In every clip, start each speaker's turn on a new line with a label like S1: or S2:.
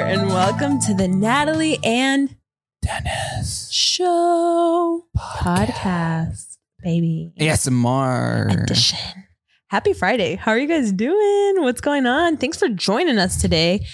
S1: welcome to the Natalie and
S2: Dennis.
S1: Show podcast, baby.
S2: ASMR.
S1: Edition. Happy Friday. How are you guys doing? What's going on? Thanks for joining us today.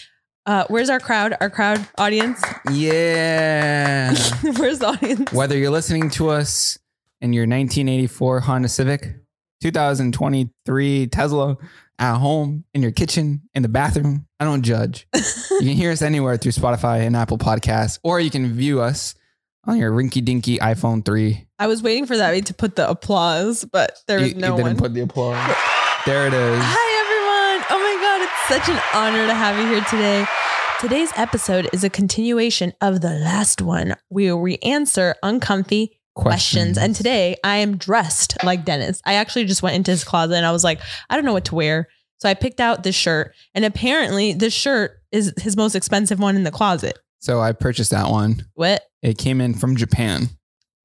S1: Uh, where's our crowd? Our crowd audience?
S2: Yeah.
S1: where's the audience?
S2: Whether you're listening to us in your 1984 Honda Civic, 2023 Tesla, at home, in your kitchen, in the bathroom, I don't judge. you can hear us anywhere through Spotify and Apple Podcasts, or you can view us on your rinky dinky iPhone 3.
S1: I was waiting for that to put the applause, but there was
S2: you,
S1: no
S2: you didn't
S1: one.
S2: put the applause. There it is.
S1: Hi, everyone. Oh my God, it's such an honor to have you here today. Today's episode is a continuation of the last one where we answer uncomfy questions. And today I am dressed like Dennis. I actually just went into his closet and I was like, I don't know what to wear. So I picked out this shirt. And apparently, this shirt is his most expensive one in the closet.
S2: So I purchased that one.
S1: What?
S2: It came in from Japan.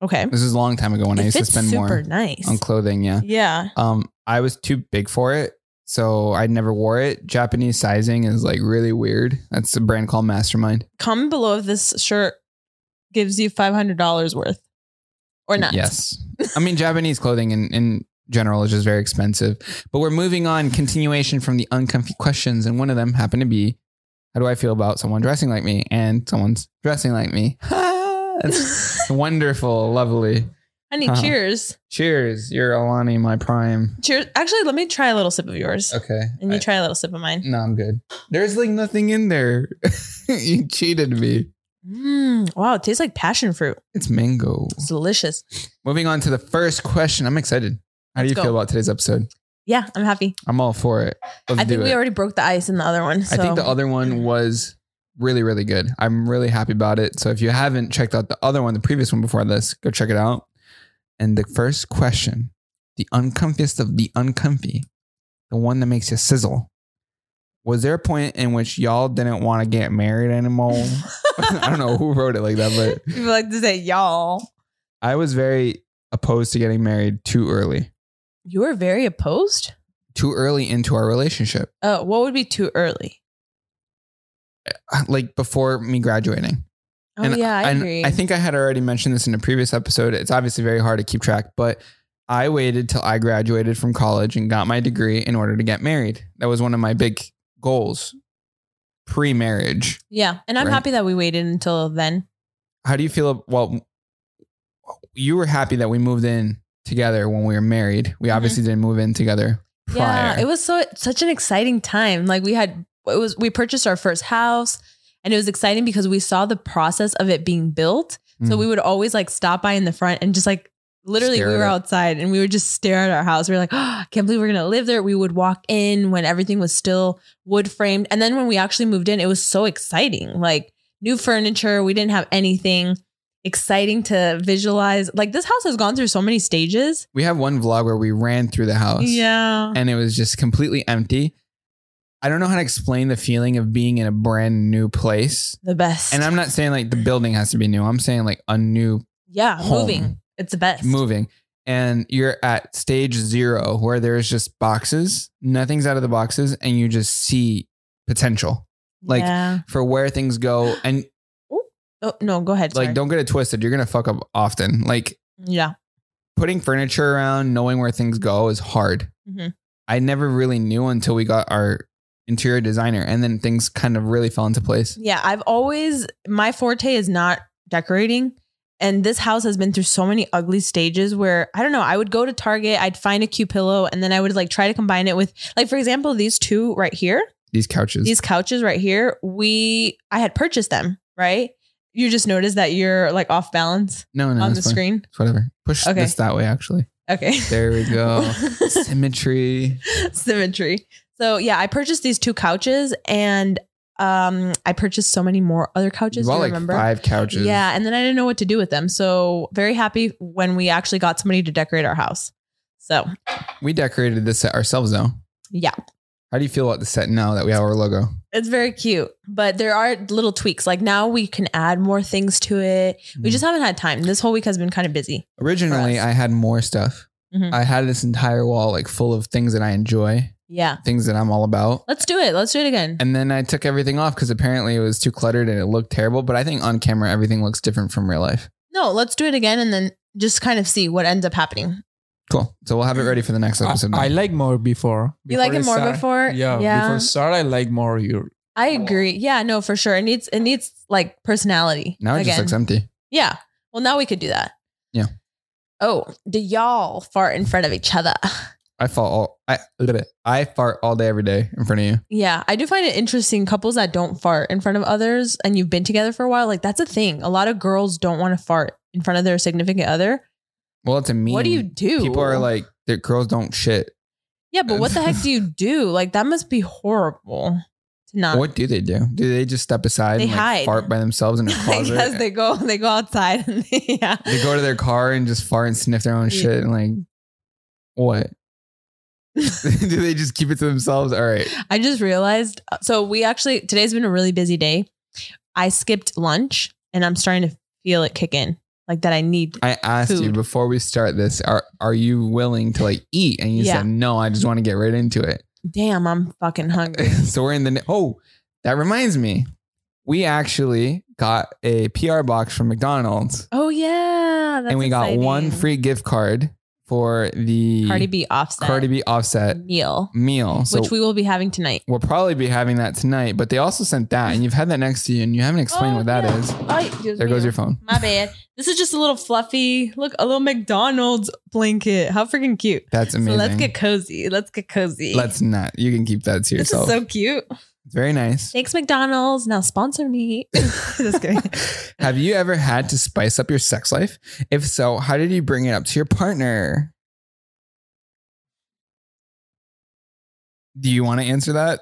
S1: Okay.
S2: This is a long time ago when I
S1: it
S2: used to
S1: fits
S2: spend
S1: super
S2: more
S1: nice.
S2: on clothing. Yeah.
S1: yeah.
S2: Um, I was too big for it, so I never wore it. Japanese sizing is like really weird. That's a brand called Mastermind.
S1: Comment below if this shirt gives you $500 worth or not.
S2: Yes. I mean, Japanese clothing in, in general is just very expensive. But we're moving on, continuation from the uncomfy questions, and one of them happened to be, how do I feel about someone dressing like me? And someone's dressing like me. That's wonderful, lovely.
S1: Honey,
S2: Uh-huh.
S1: cheers.
S2: Cheers, you're Alani, my prime.
S1: Cheers. Actually, let me try a little sip of yours.
S2: Okay.
S1: And you
S2: I-
S1: try a little sip of mine.
S2: no, I'm good. There's like nothing in there. you cheated me.
S1: Mm, wow, it tastes like passion fruit.
S2: It's mango.
S1: It's delicious.
S2: Moving on to the first question. I'm excited. How do
S1: Let's
S2: you
S1: go.
S2: feel about today's episode?
S1: Yeah, I'm happy.
S2: I'm all for it. Let's
S1: I think
S2: do
S1: we
S2: it.
S1: already broke the ice in the other one. So.
S2: I think the other one was really, really good. I'm really happy about it. So if you haven't checked out the other one, the previous one before this, go check it out. And the first question, the uncomfiest of the uncomfy, the one that makes you sizzle. Was there a point in which y'all didn't want to get married anymore? I don't know who wrote it like that, but
S1: People like to say y'all.
S2: I was very opposed to getting married too early,
S1: You were very opposed.
S2: too early into our relationship,
S1: Uh, what would be too early?
S2: uh, like before me graduating.
S1: Oh yeah, I
S2: and
S1: agree.
S2: I think I had already mentioned this in a previous episode. It's obviously very hard to keep track, but I waited till I graduated from college and got my degree in order to get married. That was one of my big goals pre marriage.
S1: yeah, and I'm
S2: Right.
S1: happy that we waited until then.
S2: How do you feel? Well, you were happy that we moved in together when we were married. We
S1: Mhm.
S2: obviously didn't move in together prior.
S1: Yeah, it was so such an exciting time. Like we had it was we purchased our first house and it was exciting because we saw the process of it being built. So
S2: Mhm.
S1: we would always like stop by in the front and just like literally
S2: Stare
S1: we
S2: at
S1: were
S2: it.
S1: outside and we would just stare at our house. We were like, oh, I can't believe we're gonna live there. We would walk in when everything was still wood framed. And then when we actually moved in, it was so exciting. Like new furniture, we didn't have anything exciting to visualize. Like this house has gone through so many stages.
S2: we have one vlog where we ran through the house.
S1: Yeah.
S2: and it was just completely empty. I don't know how to explain the feeling of being in a brand new place.
S1: The best.
S2: And I'm not saying like the building has to be new. I'm saying like a new
S1: Yeah,
S2: home.
S1: moving. It's the best.
S2: moving. And you're at stage zero where there's just boxes, nothing's out of the boxes, and you just see potential like-
S1: yeah.
S2: for where things go. And
S1: oh no, go ahead.
S2: like,
S1: sorry.
S2: don't get it twisted. You're going to fuck up often. Like,
S1: yeah,
S2: putting furniture around, knowing where things go is hard.
S1: Mhm.
S2: I never really knew until we got our interior designer, and then things kind of really fell into place.
S1: yeah. I've always my forte is not decorating, and this house has been through so many ugly stages where I don't know. I would go to Target, I'd find a cute pillow, and then I would like try to combine it with like for example these two right here,
S2: These couches.
S1: these couches right here. We I had purchased them right. You just noticed that you're like off balance
S2: no, no,
S1: on
S2: it's
S1: the
S2: fine.
S1: screen.
S2: It's whatever. Push
S1: Okay.
S2: this that way. Actually,
S1: Okay.
S2: there we go. Symmetry.
S1: symmetry. So yeah, I purchased these two couches and um I purchased so many more other couches.
S2: you bought
S1: I
S2: like
S1: remember.
S2: five couches.
S1: Yeah, and then I didn't know what to do with them. So very happy when we actually got somebody to decorate our house. So
S2: we decorated this set ourselves though.
S1: yeah,
S2: How do you feel about the set now that we have our logo?
S1: it's very cute. But there are little tweaks. Like now we can add more things to it.
S2: Mm-hmm.
S1: We just haven't had time. This whole week has been kind of busy.
S2: Mm. Originally,
S1: For us.
S2: I had more stuff.
S1: Mhm.
S2: I had this entire wall like full of things that I enjoy,
S1: Yeah.
S2: things that I'm all about.
S1: Let's do it. Let's do it again.
S2: And then I took everything off because apparently it was too cluttered and it looked terrible. But I think on camera, everything looks different from real life.
S1: No, let's do it again and then just kind of see what ends up happening.
S2: Cool. So we'll have it ready for the next
S3: I,
S2: episode.
S3: I
S2: then.
S3: like more before.
S1: You like
S3: I
S1: it more
S3: start-
S1: before?
S3: Yeah,
S1: Yeah.
S3: Before start, I like more your
S1: I
S2: Oh.
S1: agree. Yeah, no, for sure. It needs it needs like personality.
S2: now it just looks empty.
S1: yeah. Well, now we could do that.
S2: Yeah.
S1: Oh, do y'all fart in front of each other?
S2: I fart all I look at it. I fart all day every day in front of you.
S1: Yeah, I do find it interesting couples that don't fart in front of others and you've been together for a while. Like that's a thing. A lot of girls don't want to fart in front of their significant other.
S2: Well, it's a meme.
S1: What do you do?
S2: People are like, the girls don't shit.
S1: Yeah, but what the heck do you do? Like that must be horrible to not.
S2: What do they do? Do they just step aside
S1: Uh, They
S2: and like,
S1: hide.
S2: fart by themselves in a
S1: I
S2: closet?
S1: guess they go they go outside and they, yeah.
S2: they go to their car and just fart and sniff their own
S1: Yeah.
S2: shit and like what? do they just keep it to themselves? All right.
S1: I just realized. uh, So we actually today's been a really busy day. I skipped lunch and I'm starting to feel it kick in, like that I need.
S2: I asked you
S1: Food.
S2: before we start this, are are you willing to like eat? And you
S1: Yeah.
S2: said no, I just want to get right into it.
S1: Damn, I'm fucking hungry.
S2: so we're in the oh, that reminds me. We actually got a PR box from McDonald's
S1: Oh yeah, that's
S2: and we got one
S1: exciting.
S2: free gift card for the
S1: Cardi B offset
S2: Cardi B offset
S1: meal,
S2: meal. So
S1: which we will be having tonight.
S2: we'll probably be having that tonight, but they also sent that and you've had that next to you and you haven't explained
S1: Oh,
S2: what that
S1: yeah.
S2: is.
S1: Oh,
S2: There goes your phone.
S1: My bad. This is just a little fluffy. Look, a little McDonald's blanket. How freaking cute.
S2: That's amazing.
S1: So let's get cozy. Let's get cozy.
S2: Let's not. You can keep that to
S1: This
S2: yourself.
S1: is so cute.
S2: It's very nice.
S1: Thanks, McDonald's. Now sponsor me. just kidding.
S2: Have you ever had to spice up your sex life? If so, how did you bring it up to your partner? Do you want to answer that?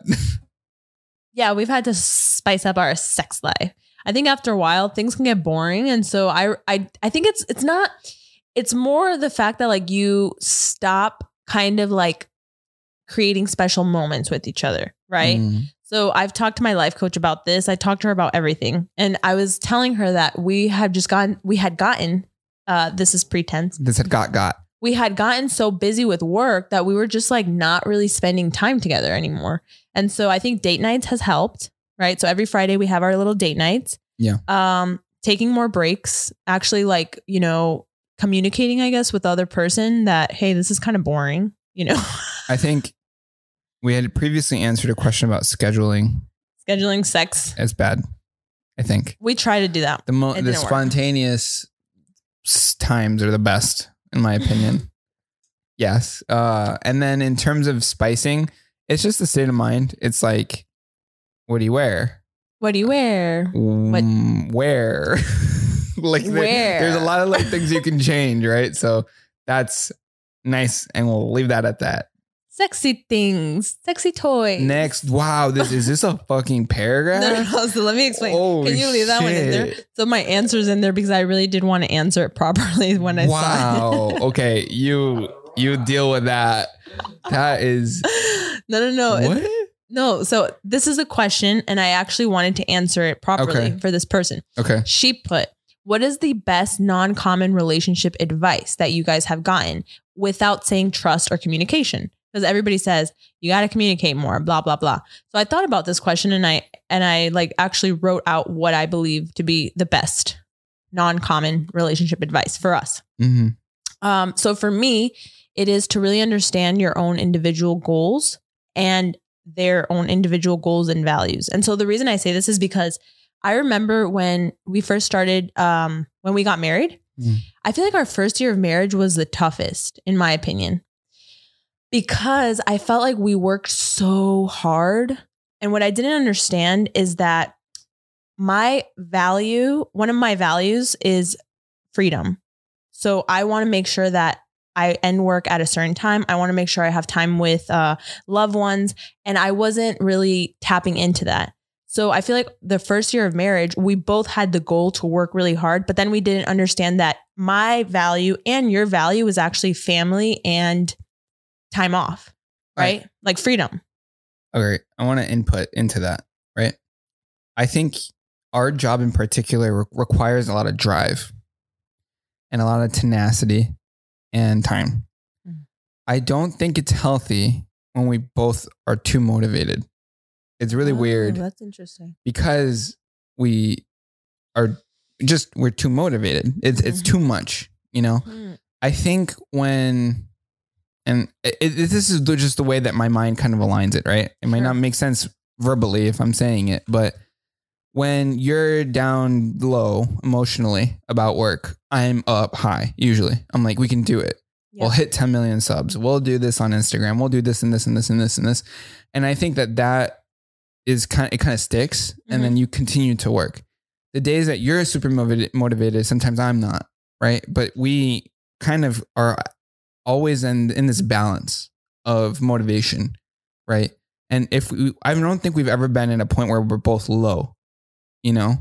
S1: yeah, we've had to spice up our sex life. I think after a while things can get boring and so I I I think it's it's not it's more the fact that like you stop kind of like creating special moments with each other, right?
S2: Mm.
S1: So I've talked to my life coach about this. I talked to her about everything. And I was telling her that we had just gotten we had gotten uh this is pretense
S2: This had got got.
S1: we had gotten so busy with work that we were just like not really spending time together anymore. And so I think date nights has helped, right? So every Friday we have our little date nights.
S2: Yeah.
S1: Um, taking more breaks, actually like, you know, communicating, I guess, with the other person that, hey, this is kind of boring, you know,
S2: I think we had previously answered a question about scheduling
S1: scheduling sex.
S2: as bad. I think
S1: We try to do that.
S2: the mo-
S1: It
S2: the
S1: didn't work.
S2: spontaneous s- times are the best, in my opinion. yes. Uh, and then in terms of spicing, it's just the state of mind. It's like, what do you wear?
S1: What do you wear?
S2: Mm, Where? like there-
S1: Where?
S2: there's a lot of like things you can change, right? So that's nice, and we'll leave that at that.
S1: Sexy things, sexy toys.
S2: Next, wow, this is this a fucking
S1: No,
S2: paragraph?
S1: no, no. So let me explain.
S2: Oh,
S1: Can you leave that one in there?
S2: shit.
S1: So my answer's in there because I really did want to answer it properly when I saw it.
S2: wow. okay, you you deal with that. That is
S1: no, no, no. Oh, It's-
S2: what?
S1: No. So this is a question, and I actually wanted to answer it properly
S2: Okay.
S1: for this person.
S2: Okay.
S1: She put, What is the best non common relationship advice that you guys have gotten without saying trust or communication? Because everybody says you got to communicate more, blah blah blah. So I thought about this question and I and I like actually wrote out what I believe to be the best non-common relationship advice for us.
S2: Mm-hmm.
S1: Um, so for me, it is to really understand your own individual goals and their own individual goals and values. And so the reason I say this is because I remember when we first started, um, when we got married,
S2: Mm.
S1: I feel like our first year of marriage was the toughest, in my opinion, because I felt like we worked so hard. And what I didn't understand is that my value, one of my values is freedom. So I want to make sure that I end work at a certain time. I want to make sure I have time with uh, loved ones. And I wasn't really tapping into that. So I feel like the first year of marriage, we both had the goal to work really hard, but then we didn't understand that my value and your value is actually family and time off, right? Like freedom.
S2: Okay. I want to input into that, right? I think our job in particular re- requires a lot of drive and a lot of tenacity and time.
S1: Mhm.
S2: I don't think it's healthy when we both are too motivated. It's really
S1: Oh,
S2: weird
S1: That's interesting.
S2: because we are just we're too motivated. It's it's
S1: Mhm.
S2: too much, you know.
S1: Hmm.
S2: I think when, and it, it, this is the- just the way that my mind kind of aligns it, right? It might
S1: Sure.
S2: not make sense verbally if I'm saying it, but when you're down low emotionally about work, I'm up high usually. I'm like, we can do it.
S1: Yeah.
S2: We'll hit 10 million subs. We'll do this on Instagram. We'll do this and this and this and this and this. And I think that that is kind it kind of sticks and
S1: Mm-hmm.
S2: then you continue to work. The days that you're super motivated, motivated, sometimes I'm not, right? But we kind of are always in in this balance of motivation, right? And if we, I don't think we've ever been in a point where we're both low, you know?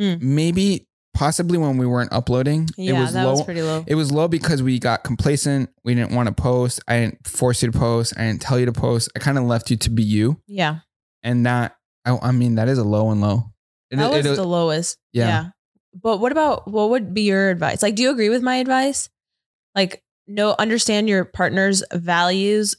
S1: Mm.
S2: Maybe possibly when we weren't uploading,
S1: yeah,
S2: it was
S1: that
S2: low
S1: was pretty low.
S2: it was low because we got complacent. We didn't want to post. I didn't force you to post. I didn't tell you to post. I kind of left you to be you.
S1: yeah,
S2: And that, I, I mean, that is a low and low. It-
S1: that was
S2: it-
S1: the lowest.
S2: yeah.
S1: But what about what would be your advice? Like, do you agree with my advice? Like, no, understand your partner's values,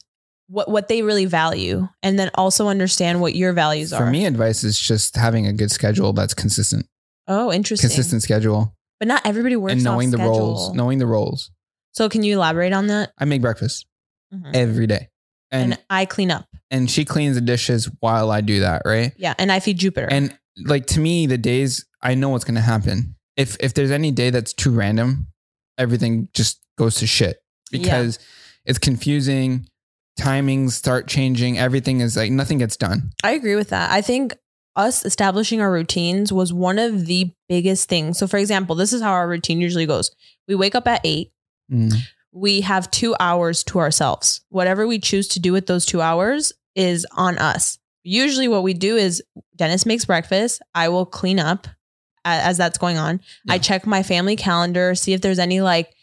S1: what what they really value, and then also understand what your values
S2: For
S1: are.
S2: me, advice is just having a good schedule that's consistent,
S1: oh, interesting.
S2: consistent schedule,
S1: But not everybody works.
S2: and knowing
S1: off
S2: the
S1: schedule.
S2: roles, knowing the roles.
S1: So, can you elaborate on that?
S2: I make breakfast
S1: Mhm.
S2: every day,
S1: And,
S2: and
S1: I clean up.
S2: and she cleans the dishes while I do that, right?
S1: Yeah, and I feed Jupiter.
S2: And like to me, the days I know what's gonna happen. If if there's any day that's too random, everything just goes to shit
S1: Yeah.
S2: because it's confusing. Timings start changing. Everything is like nothing gets done.
S1: I agree with that. I think us establishing our routines was one of the biggest things. So, for example, this is how our routine usually goes we wake up at eight, we have two hours to ourselves. Whatever we choose to do with those two hours is on us. Usually, what we do is Dennis makes breakfast, I will clean up a- as that's going on. I
S2: Yeah.
S1: check my family calendar, see if there's any like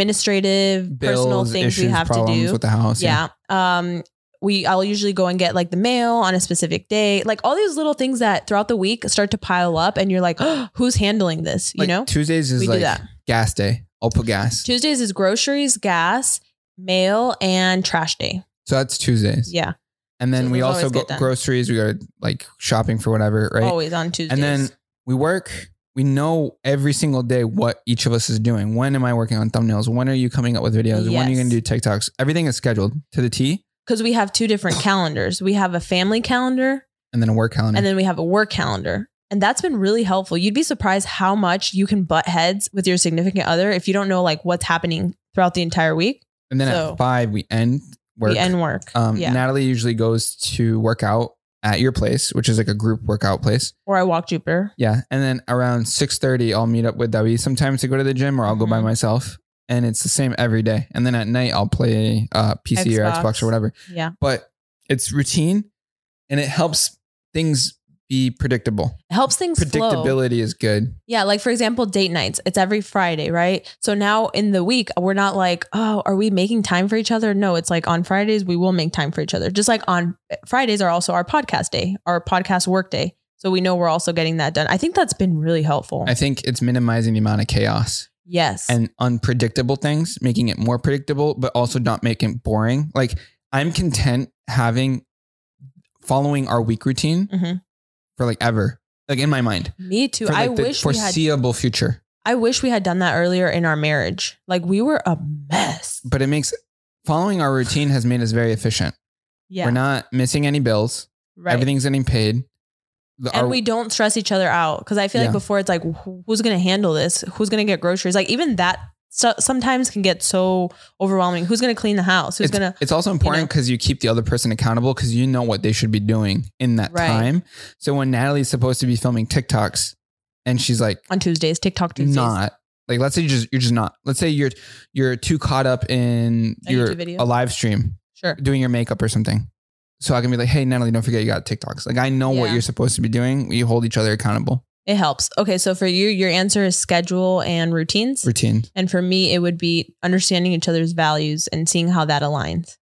S1: administrative, personal
S2: Bills,
S1: things
S2: issues,
S1: we have to
S2: problems
S1: do
S2: with the house.
S1: yeah. Um, we I'll usually go and get like the mail on a specific day, like all these little things that throughout the week start to pile up, and you're like, oh, who's handling this? You
S2: Like,
S1: know,
S2: Tuesdays is
S1: we do
S2: like
S1: that.
S2: gas day. I'll put gas.
S1: Tuesdays is groceries, gas, mail, and trash day.
S2: so that's Tuesdays.
S1: Yeah,
S2: And then
S1: So
S2: we
S1: those
S2: also
S1: always
S2: go
S1: get done.
S2: groceries. We go to like shopping for whatever, right?
S1: always on Tuesdays.
S2: And then we work. We know every single day what each of us is doing. When am I working on thumbnails? When are you coming up with videos? When are you
S1: Yes.
S2: going to do TikToks? Everything is scheduled to the T,
S1: because we have two different calendars, we have a family calendar
S2: and then a work calendar.
S1: and then we have a work calendar. And that's been really helpful. You'd be surprised how much you can butt heads with your significant other if you don't know like what's happening throughout the entire week.
S2: And then
S1: so-
S2: at five, we end work.
S1: The end work.
S2: um,
S1: yeah.
S2: Natalie usually goes to work out at your place, which is like a group workout place.
S1: or I walk Jupiter.
S2: Yeah, and then around six thirty, I'll meet up with Debbie sometimes to go to the gym, or I'll go by
S1: Mhm.
S2: myself. And it's the same every day. And then at night, I'll play uh, PC
S1: Xbox.
S2: or Xbox or whatever.
S1: Yeah.
S2: but it's routine and it helps things be predictable.
S1: It helps things flow.
S2: Predictability is good.
S1: Yeah, like for example, date nights. It's every Friday, right? So now in the week, we're not like, oh, are we making time for each other? No, it's like on Fridays we will make time for each other. Just like on eh, Fridays are also our podcast day, our podcast work day. So we know we're also getting that done. I think that's been really helpful.
S2: I think it's minimizing the amount of chaos
S1: yes.
S2: and unpredictable things, making it more predictable, but also not making it boring. Like I'm content having following our week routine
S1: Mhm.
S2: for like ever, like in my mind.
S1: Me too.
S2: For like
S1: I
S2: the
S1: wish we had
S2: foreseeable future,
S1: I wish we had done that earlier in our marriage. Like we were a mess.
S2: but it makes following our routine has made us very efficient.
S1: Yeah.
S2: We're not missing any bills.
S1: right.
S2: Everything's getting paid. The-
S1: and
S2: our-
S1: we don't stress each other out because I feel like
S2: Yeah.
S1: before it's like wh- who's gonna handle this, who's gonna get groceries, like even that so, sometimes can get so overwhelming. Who's gonna clean the house? Who's
S2: it's,
S1: gonna
S2: it's also important because you, keep the other person accountable because you know what they should be doing in that
S1: Right.
S2: time. So when Natalie's supposed to be filming TikToks and she's like
S1: on Tuesdays TikTok Tuesdays?
S2: not like let's say you just you're just not let's say you're you're too caught up in
S1: A
S2: your
S1: YouTube video?
S2: a live stream
S1: Sure.
S2: doing your makeup or something. So I can be like, hey Natalie, don't forget you got TikToks. Like I know
S1: Yeah.
S2: what you're supposed to be doing. We hold each other accountable.
S1: It helps. Okay, so for you, your answer is schedule and routines,
S2: Routine.
S1: and for me, it would be understanding each other's values and seeing how that aligns.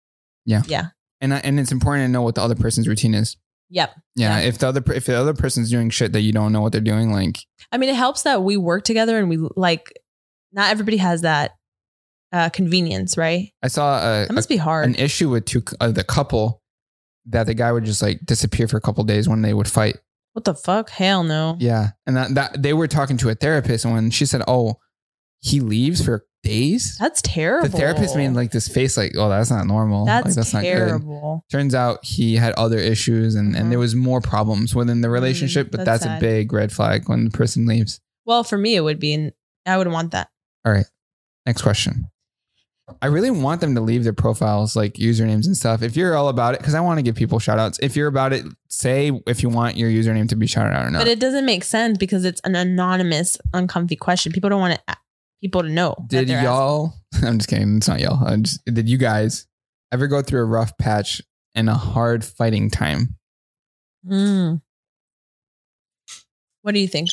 S2: And I, and it's important to know what the other person's routine is.
S1: Yep.
S2: Yeah,
S1: Yeah.
S2: If the other per- if the other person's doing shit that you don't know what they're doing, like
S1: I mean, it helps that we work together and we like. Not everybody has that uh, convenience, right?
S2: I saw a,
S1: That must be
S2: a-
S1: hard.
S2: an issue with two uh, the couple that the guy would just like disappear for a couple days when they would fight.
S1: what the fuck? Hell no.
S2: Yeah, and that, that they were talking to a therapist, and when she said, "Oh, he leaves for days,"
S1: That's terrible.
S2: the therapist made like this face, like, "Oh, that's not normal.
S1: that's,
S2: like, good."
S1: terrible.
S2: Turns out he had other issues, and,
S1: Mhm.
S2: and there was more problems within the
S1: Mm,
S2: relationship. but
S1: that's
S2: that's,
S1: sad.
S2: a big red flag when the person leaves.
S1: Well, for me, it would be, and I would want that.
S2: Next question. I really want them to leave their profiles, like usernames and stuff. If you're all about it, because I want to give people shout outs. If you're about it, say if you want your username to be shouted out or not.
S1: But it doesn't make sense because it's an anonymous, uncomfy question. People don't want to, people to know. that
S2: did
S1: they're asking.
S2: y'all, I'm just kidding, it's not y'all. I'm just, did you guys ever go through a rough patch and a hard fighting time?
S1: Mm. What do you think?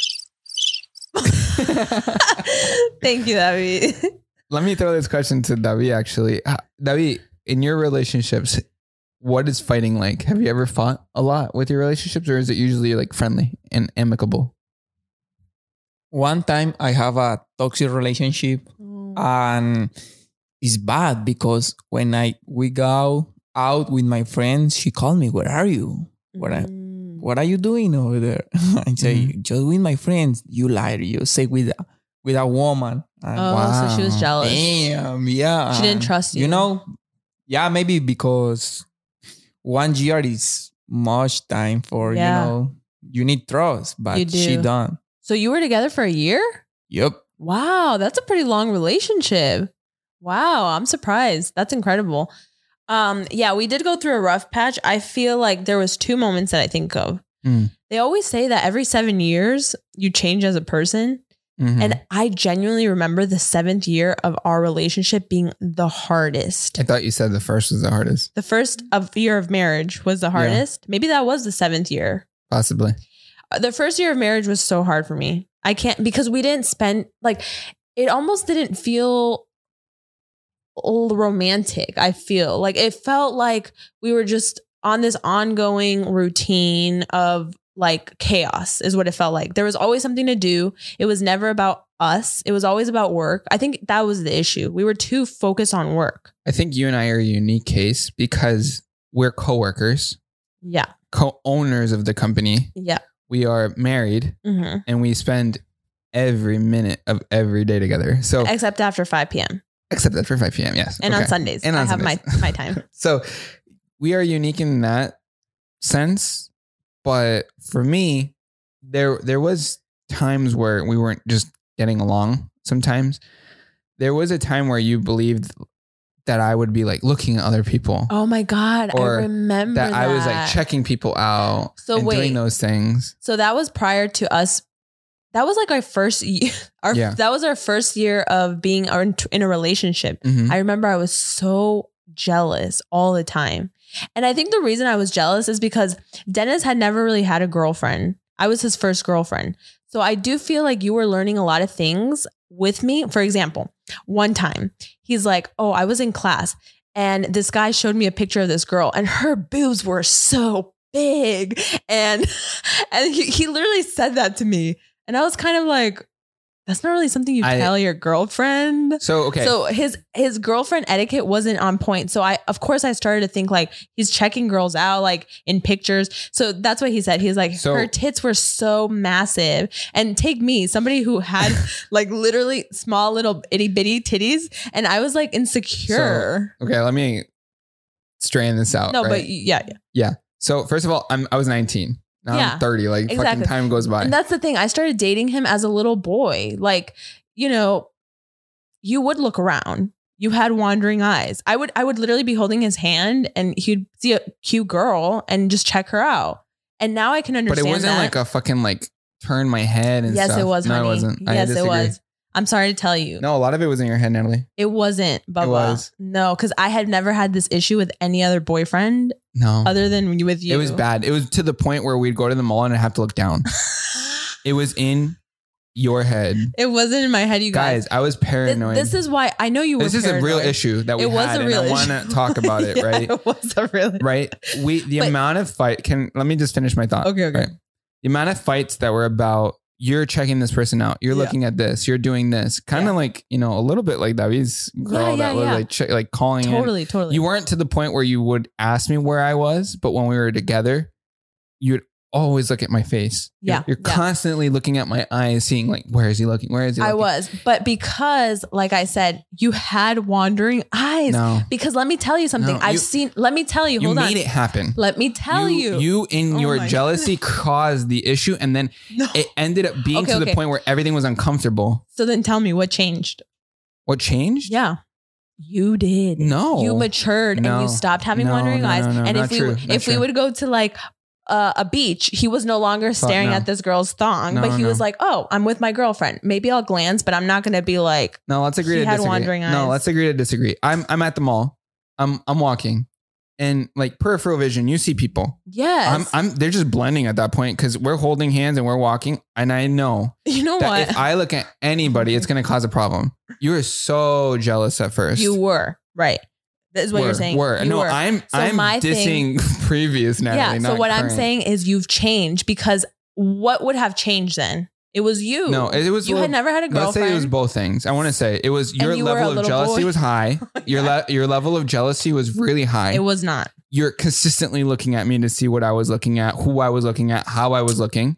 S1: Thank you, Abby.
S2: Let me throw this question to Davi actually. Uh, Davi, in your relationships, what is fighting like? Have you ever fought a lot with your relationships or is it usually like friendly and amicable?
S3: One time I have a toxic relationship and it's bad because when I we go out with my friends, she called me, "Where are you? What I-
S1: Mm.
S3: What are you doing over there?" I say,
S1: Mm-hmm.
S3: "Just with my friends." You liar. You say with a, with a woman. And
S1: Oh, so she was
S2: Wow.
S1: jealous.
S3: Damn, yeah.
S1: She didn't
S3: and,
S1: trust you.
S3: You know, yeah, maybe because one year is much time for,
S1: Yeah.
S3: you know, you need trust, but
S1: You
S3: she
S1: do.
S3: done.
S1: So you were together for a year?
S3: Yep.
S1: Wow, that's a pretty long relationship. Wow, I'm surprised. That's incredible. Um, yeah, we did go through a rough patch. I feel like there was two moments that I think of.
S2: Mm.
S1: They always say that every seven years you change as a person.
S2: Mhm.
S1: And I genuinely remember the seventh year of our relationship being the hardest.
S2: I thought you said the first was the hardest,
S1: The first of year of marriage was the hardest. Maybe that was the seventh year.
S2: possibly.
S1: Uh, The first year of marriage was so hard for me. I can't because we didn't spend like it almost didn't feel old romantic. I feel like it felt like we were just on this ongoing routine of like chaos is what it felt like. There was always something to do. It was never about us. It was always about work. I think that was the issue. We were too focused on work.
S2: I think you and I are a unique case because we're coworkers,
S1: Yeah.
S2: co-owners of the company.
S1: Yeah.
S2: We are married
S1: hmm
S2: and we spend every minute of every day together. So
S1: Except after 5 p.m.
S2: except that for 5 p.m. Yes.
S1: and on
S2: Oh. Okay.
S1: Sundays.
S2: And
S1: I
S2: on
S1: have my
S2: Sundays.
S1: my time.
S2: So we are unique in that sense, but for me, there there was times where we weren't just getting along. Sometimes there was a time where you believed that I would be like looking at other people,
S1: Oh my god,
S2: Or
S1: I remember
S2: that
S1: that.
S2: I was like checking people out,
S1: So
S2: and
S1: wait.
S2: doing those things.
S1: So that was prior to us. That was like our first year. Our,
S2: Yeah.
S1: That was our first year of being our- in a relationship.
S2: Mhm.
S1: I remember I was so jealous all the time. And I think the reason I was jealous is because Dennis had never really had a girlfriend. I was his first girlfriend. So I do feel like you were learning a lot of things with me. For example, one time he's like, Oh, I was in class and this guy showed me a picture of this girl and her boobs were so big. And and he, he literally said that to me. And I was kind of like, that's not really something you
S2: I-
S1: tell your girlfriend.
S2: So okay,
S1: So his his girlfriend etiquette wasn't on point. So I of course I started to think like he's checking girls out like in pictures. So that's what he said. He's like
S2: So-
S1: her tits were so massive. And take me, somebody who had like literally small little itty bitty titties and I was like insecure.
S2: okay, let me strand this out.
S1: no,
S2: uh, right?
S1: but yeah, yeah.
S2: so first of all, I'm I was 19. Now
S1: Yeah.
S2: I'm 30. Like
S1: Exactly.
S2: fucking time goes by.
S1: And that's the thing. I started dating him as a little boy. Like, you know, you would look around. You had wandering eyes. I would I would literally be holding his hand and he'd see a cute girl and just check her out. And now I can
S2: but it
S1: understand
S2: wasn't
S1: that.
S2: like a fucking like turn my head and
S1: yes,
S2: stuff.
S1: it was.
S2: No,
S1: honey.
S2: it wasn't. I
S1: Yes, it
S2: disagree.
S1: was. I'm sorry to tell you.
S2: No, a lot of it was in your head, Natalie.
S1: It wasn't, Bubba.
S2: was.
S1: No, because I had never had this issue with any other boyfriend
S2: No,
S1: other than with you.
S2: Mm-hmm. it was bad. It was to the point where we'd go to the mall and I'd have to look down. it was in your head,
S1: It wasn't in my head, you guys.
S2: guys. I was
S1: Th-
S2: paranoid.
S1: this is why I know you were
S2: This is a real
S1: paranoid.
S2: issue that we
S1: it was
S2: had,
S1: a real
S2: and I
S1: issue.
S2: want to talk about it.
S1: Yeah,
S2: Right,
S1: It was a real
S2: right. We the
S1: But-
S2: amount of fight. Can let me just finish my thought.
S1: Okay, okay.
S2: Right. The amount of fights that were about you're checking this person out. You're
S3: Yeah.
S2: looking at this. You're doing this. Kind of
S1: Yeah.
S2: like you know a little bit like David's girl
S1: yeah,
S2: that was
S1: yeah.
S2: like check, like calling in.
S1: Totally, totally.
S2: You weren't to the point where you would ask me where I was, but when we were together, you'd always look at my face. You're-
S1: Yeah,
S2: You're,
S1: yeah.
S2: constantly looking at my eyes, seeing like, where is he looking? Where is he looking?
S1: I was, but because, like I said, you had wandering eyes.
S2: No.
S1: Because let me tell you something.
S2: No,
S1: I've
S2: you-
S1: seen. Let me tell you.
S2: You
S1: hold
S2: made
S1: on.
S2: it happen.
S1: Let me tell you.
S2: You, in
S1: Oh
S2: your
S1: my
S2: jealousy caused the issue and then
S1: No.
S2: it ended up being
S1: Okay,
S2: to
S1: okay.
S2: the point where everything was uncomfortable.
S1: so then tell me what changed.
S2: What changed?
S1: Yeah, you did.
S2: No.
S1: you matured and
S2: No.
S1: you stopped having
S2: No,
S1: wandering
S2: no, no,
S1: eyes.
S2: no,
S1: and
S2: not
S1: if we
S2: true, not
S1: if we
S2: true.
S1: would go to like uh, a beach, he was no longer staring
S2: no.
S1: at this girl's thong,
S2: No,
S1: but he
S2: no.
S1: was like, "Oh, I'm with my girlfriend. Maybe I'll glance, but I'm not going to be like."
S2: No, let's agree
S1: He
S2: to
S1: had
S2: disagree.
S1: wandering
S2: No,
S1: eyes.
S2: let's agree to disagree. I'm I'm at the mall. I'm I'm walking. And like peripheral vision, you see people. I'm,
S1: Yes,
S2: I'm they're just blending at that point because we're holding hands and we're walking. And I know
S1: you know
S2: that
S1: what?
S2: if I look at anybody, it's gonna cause a problem. You were so jealous at first.
S1: you were right. That is what
S2: Were,
S1: you're saying.
S2: Were.
S1: You
S2: no,
S1: were.
S2: I'm I'm
S1: my
S2: dissing
S1: thing-
S2: previous
S1: yeah.
S2: Natalie.
S1: So
S2: not
S1: what I'm
S2: current.
S1: saying is you've changed because what would have changed then? It was you.
S2: No, it, it was
S1: you
S2: well,
S1: had never had a
S2: Let's
S1: girlfriend.
S2: say it was both things. I want to say it was your
S1: you were a
S2: level of
S1: little
S2: jealousy
S1: boy.
S2: was high. Your le- your level of jealousy was really high.
S1: It was not.
S2: You're consistently looking at me to see what I was looking at, who I was looking at, how I was looking,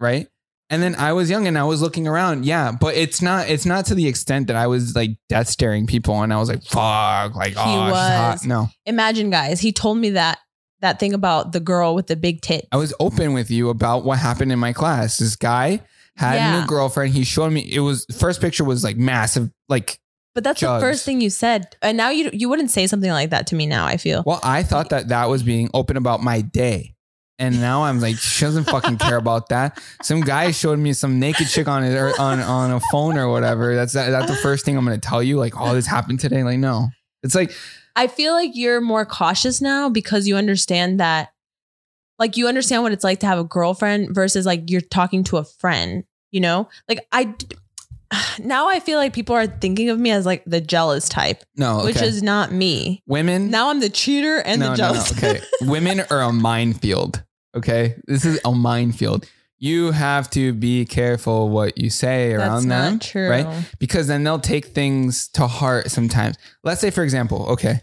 S2: right? And then I was young and I was looking around. Yeah, but it's not it's not to the extent that I was like death staring people and I was like fuck like oh she's hot.
S1: was.
S2: No.
S1: Imagine, guys. He told me that that thing about the girl with the big tit.
S2: I was open with you about what happened in my class. This guy had a
S1: Yeah.
S2: new girlfriend. He showed me it was first picture was like massive like
S1: But that's
S2: jugs.
S1: the first thing you said, and now you you wouldn't say something like that to me. Now I feel
S2: Well, I thought that that was being open about my day. And now I'm like, she doesn't fucking care about that. Some guy showed me some naked chick on it or on, on a phone or whatever. That's that, that's the first thing I'm gonna tell you. Like, oh, this happened today. Like, no, it's like
S1: I feel like you're more cautious now because you understand that, like you understand what it's like to have a girlfriend versus like you're talking to a friend. You know, like I d- now I feel like people are thinking of me as like the jealous type,
S2: no, okay.
S1: which is not me.
S2: women.
S1: Now I'm the cheater and
S2: no,
S1: the
S2: no, no,
S1: jealous.
S2: okay. women are a minefield. Okay, this is a minefield. You have to be careful what you say
S1: That's
S2: around them.
S1: not true.
S2: right? because then they'll take things to heart sometimes. Let's say, for example, okay,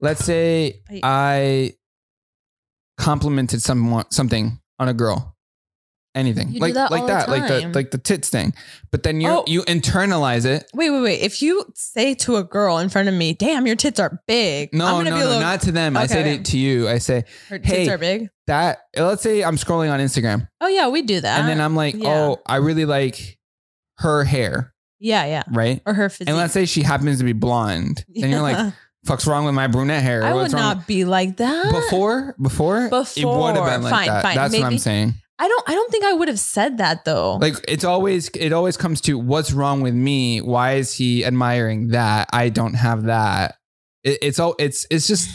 S2: let's say
S1: I-
S2: I complimented someone something on a girl, anything
S1: You do
S2: like
S1: that
S2: like
S1: all the
S2: that, like the
S1: time.
S2: like the tits thing. But then you
S1: Oh.
S2: you internalize it.
S1: Wait, wait, wait. If you say to a girl in front of me, "Damn, your tits are big," I'm
S2: No,
S1: gonna
S2: no,
S1: be
S2: no,
S1: like,
S2: not to them. I
S1: Okay,
S2: said
S1: okay.
S2: it to you. I say
S1: "Her tits
S2: hey.
S1: are big."
S2: that. Let's say I'm scrolling on Instagram,
S1: Oh yeah, we do that.
S2: and then I'm like,
S1: yeah.
S2: oh, I really like her hair,
S1: yeah, yeah,
S2: right?
S1: or her physique.
S2: And let's say she happens to be blonde, and you're like,
S1: Yeah.
S2: "Fuck's wrong with my brunette hair?"
S1: I
S2: What's
S1: would
S2: wrong with-
S1: not be like that.
S2: before before it
S1: Before.
S2: would have been like
S1: Fine,
S2: that
S1: fine.
S2: that's what i'm
S1: Maybe-
S2: saying
S1: I don't. I don't think I would have said that though.
S2: like it's always it always comes to what's wrong with me why is he admiring that i don't have that it, it's all it's it's just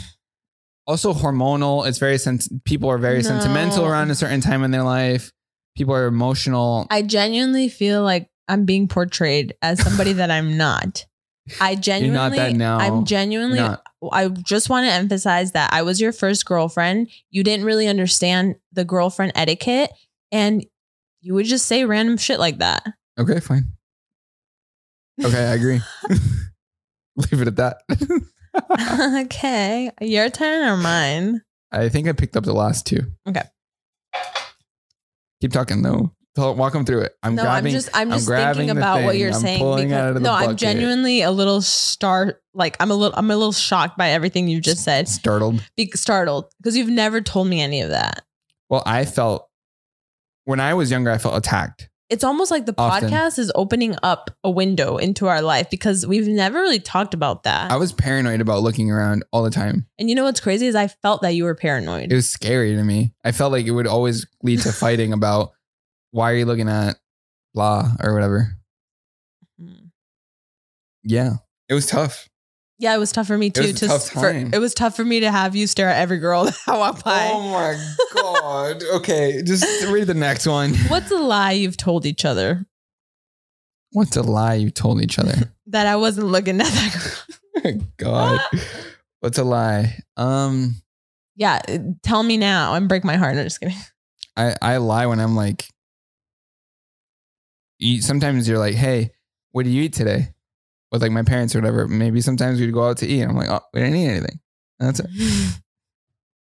S2: also hormonal it's very sens- people are very
S1: No.
S2: sentimental around a certain time in their life people are emotional
S1: I genuinely feel like I'm being portrayed as somebody that I'm not. I
S2: you're
S1: genuinely.
S2: not that now
S1: I'm genuinely
S2: You're not.
S1: I just want to emphasize that I was your first girlfriend. You didn't really understand the girlfriend etiquette and you would just say random shit like that.
S2: okay fine okay i agree leave it at that
S1: okay. Your turn or mine?
S2: i think i picked up the last two
S1: Okay.
S2: keep talking though Tell- walk them through it i'm
S1: no,
S2: grabbing
S1: I'm just I'm
S2: I'm
S1: just
S2: grabbing
S1: thinking
S2: the
S1: about what
S2: thing.
S1: you're
S2: I'm
S1: saying.
S2: pulling
S1: because-
S2: out of the
S1: no, I'm
S2: bucket.
S1: genuinely a little star like I'm a little I'm a little shocked by everything you just said.
S2: startled
S1: Be startled. Because you've never told me any of that.
S2: Well, I felt when I was younger, I felt attacked.
S1: it's almost like the
S2: Often.
S1: podcast is opening up a window into our life because we've never really talked about that.
S2: I was paranoid about looking around all the time.
S1: and you know what's crazy is I felt that you were paranoid.
S2: It was scary to me. I felt like it would always lead to fighting about why are you looking at blah or whatever.
S1: Mm.
S2: Yeah. It was tough.
S1: yeah, it was tough for me too.
S2: was a
S1: to
S2: tough
S1: for-
S2: time. Oh
S1: it was tough for me to have you stare at every girl that I walk by.
S2: my God. Okay. Just read the next one.
S1: What's a lie you've told each other
S2: What's a lie you told each other?
S1: that I wasn't looking at that girl?
S2: God. What's a lie? Um,
S1: yeah, uh, tell me now and break my heart. I'm just kidding.
S2: I, I lie when I'm like, you, sometimes you're like, hey, what do you eat today? With like my parents or whatever. Maybe sometimes we'd go out to eat. And I'm like, oh, we didn't eat anything. And that's it.